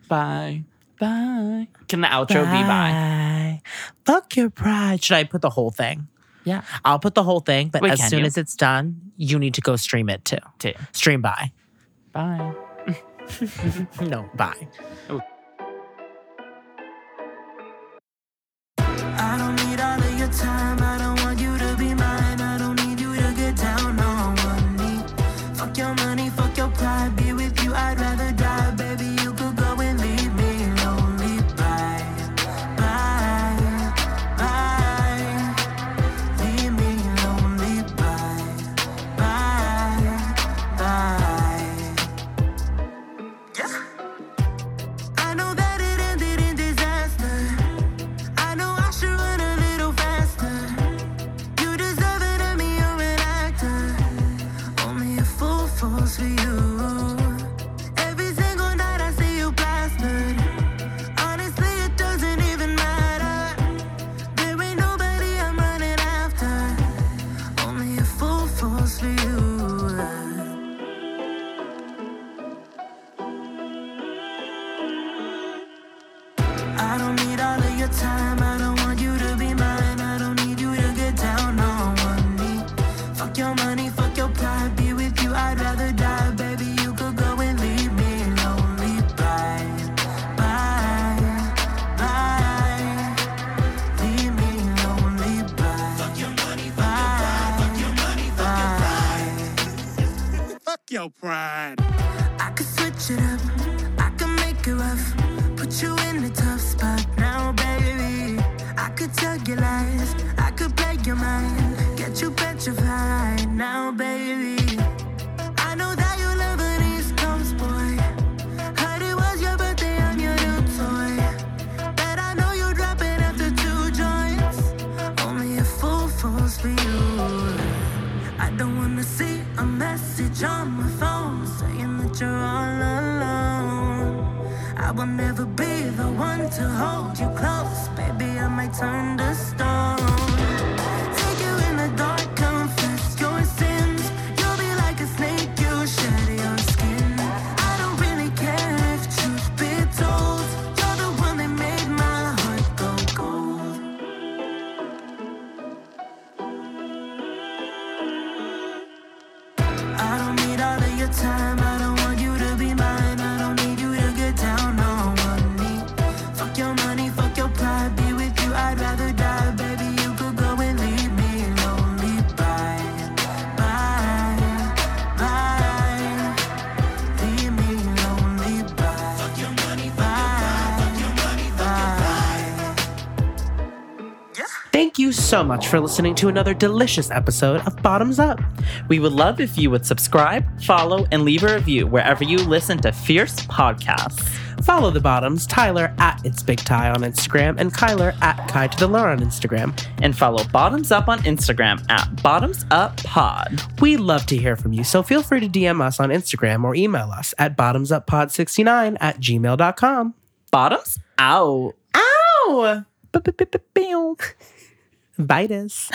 B: bye. Bye. Can the outro be bye?
A: Fuck your pride. Should I put the whole thing?
B: Yeah.
A: I'll put the whole thing, but
B: Wait,
A: as
B: can
A: soon
B: you?
A: as it's done, you need to go stream it too.
B: Two.
A: Stream by.
B: Bye.
A: No, bye.
D: I don't need all of your time. I don't want you to be mine. I don't need you to get down on one knee. Fuck your money, fuck your pride. Be with you, I'd rather die. Baby, you could go and leave me lonely. Bye, bye, bye. Leave me lonely. Bye, bye, bye. just for you. I don't need all of your time. I don't want you to be mine. I don't need you to get down on one knee. Fuck your money, fuck your pride. Be with you, I'd rather die. Baby, you could go and leave me lonely. Bye, bye, bye. Leave me lonely. Bye. Fuck your money, bye. Fuck your money, fuck your pride.
E: Fuck your pride.
D: I could switch it up, I could make it rough, put you in a tough spot now, baby. I could tell you lies, I could play your mind, get you petrified now, baby. I know that you love an East Coast boy. Heard it was your birthday on your new toy. Bet I know you drop it after two joints. Only a fool falls for you. I don't wanna see a message on my phone saying that you're all alone. I will never be the one to hold you close, baby. I might turn to stone. Take you in the dark, confess your sins. You'll be like a snake, you shed your skin. I don't really care if truth be told. You're the one that made my heart go cold. I don't need all of your time. I don't want you to be mine. I don't need you to get down on one knee. Fuck your money, fuck your pride. Be with you, I'd rather die. Baby, you could go and leave me lonely. Bye, bye, bye. Leave me lonely. Bye. Fuck your money, bye. Fuck your money, bye.
B: Thank you so much for listening to another delicious episode of Bottoms Up. We would love if you would subscribe, follow, and leave a review wherever you listen to Fierce Podcasts.
A: Follow the bottoms, Tyler at It's Big Ty on Instagram and Kyler at Kai to the Lure on Instagram.
B: And follow Bottoms Up on Instagram at Bottoms Up Pod.
A: We love to hear from you, so feel free to DM us on Instagram or email us at bottomsuppod69 at gmail.com.
B: Bottoms out.
A: Ow! Biters.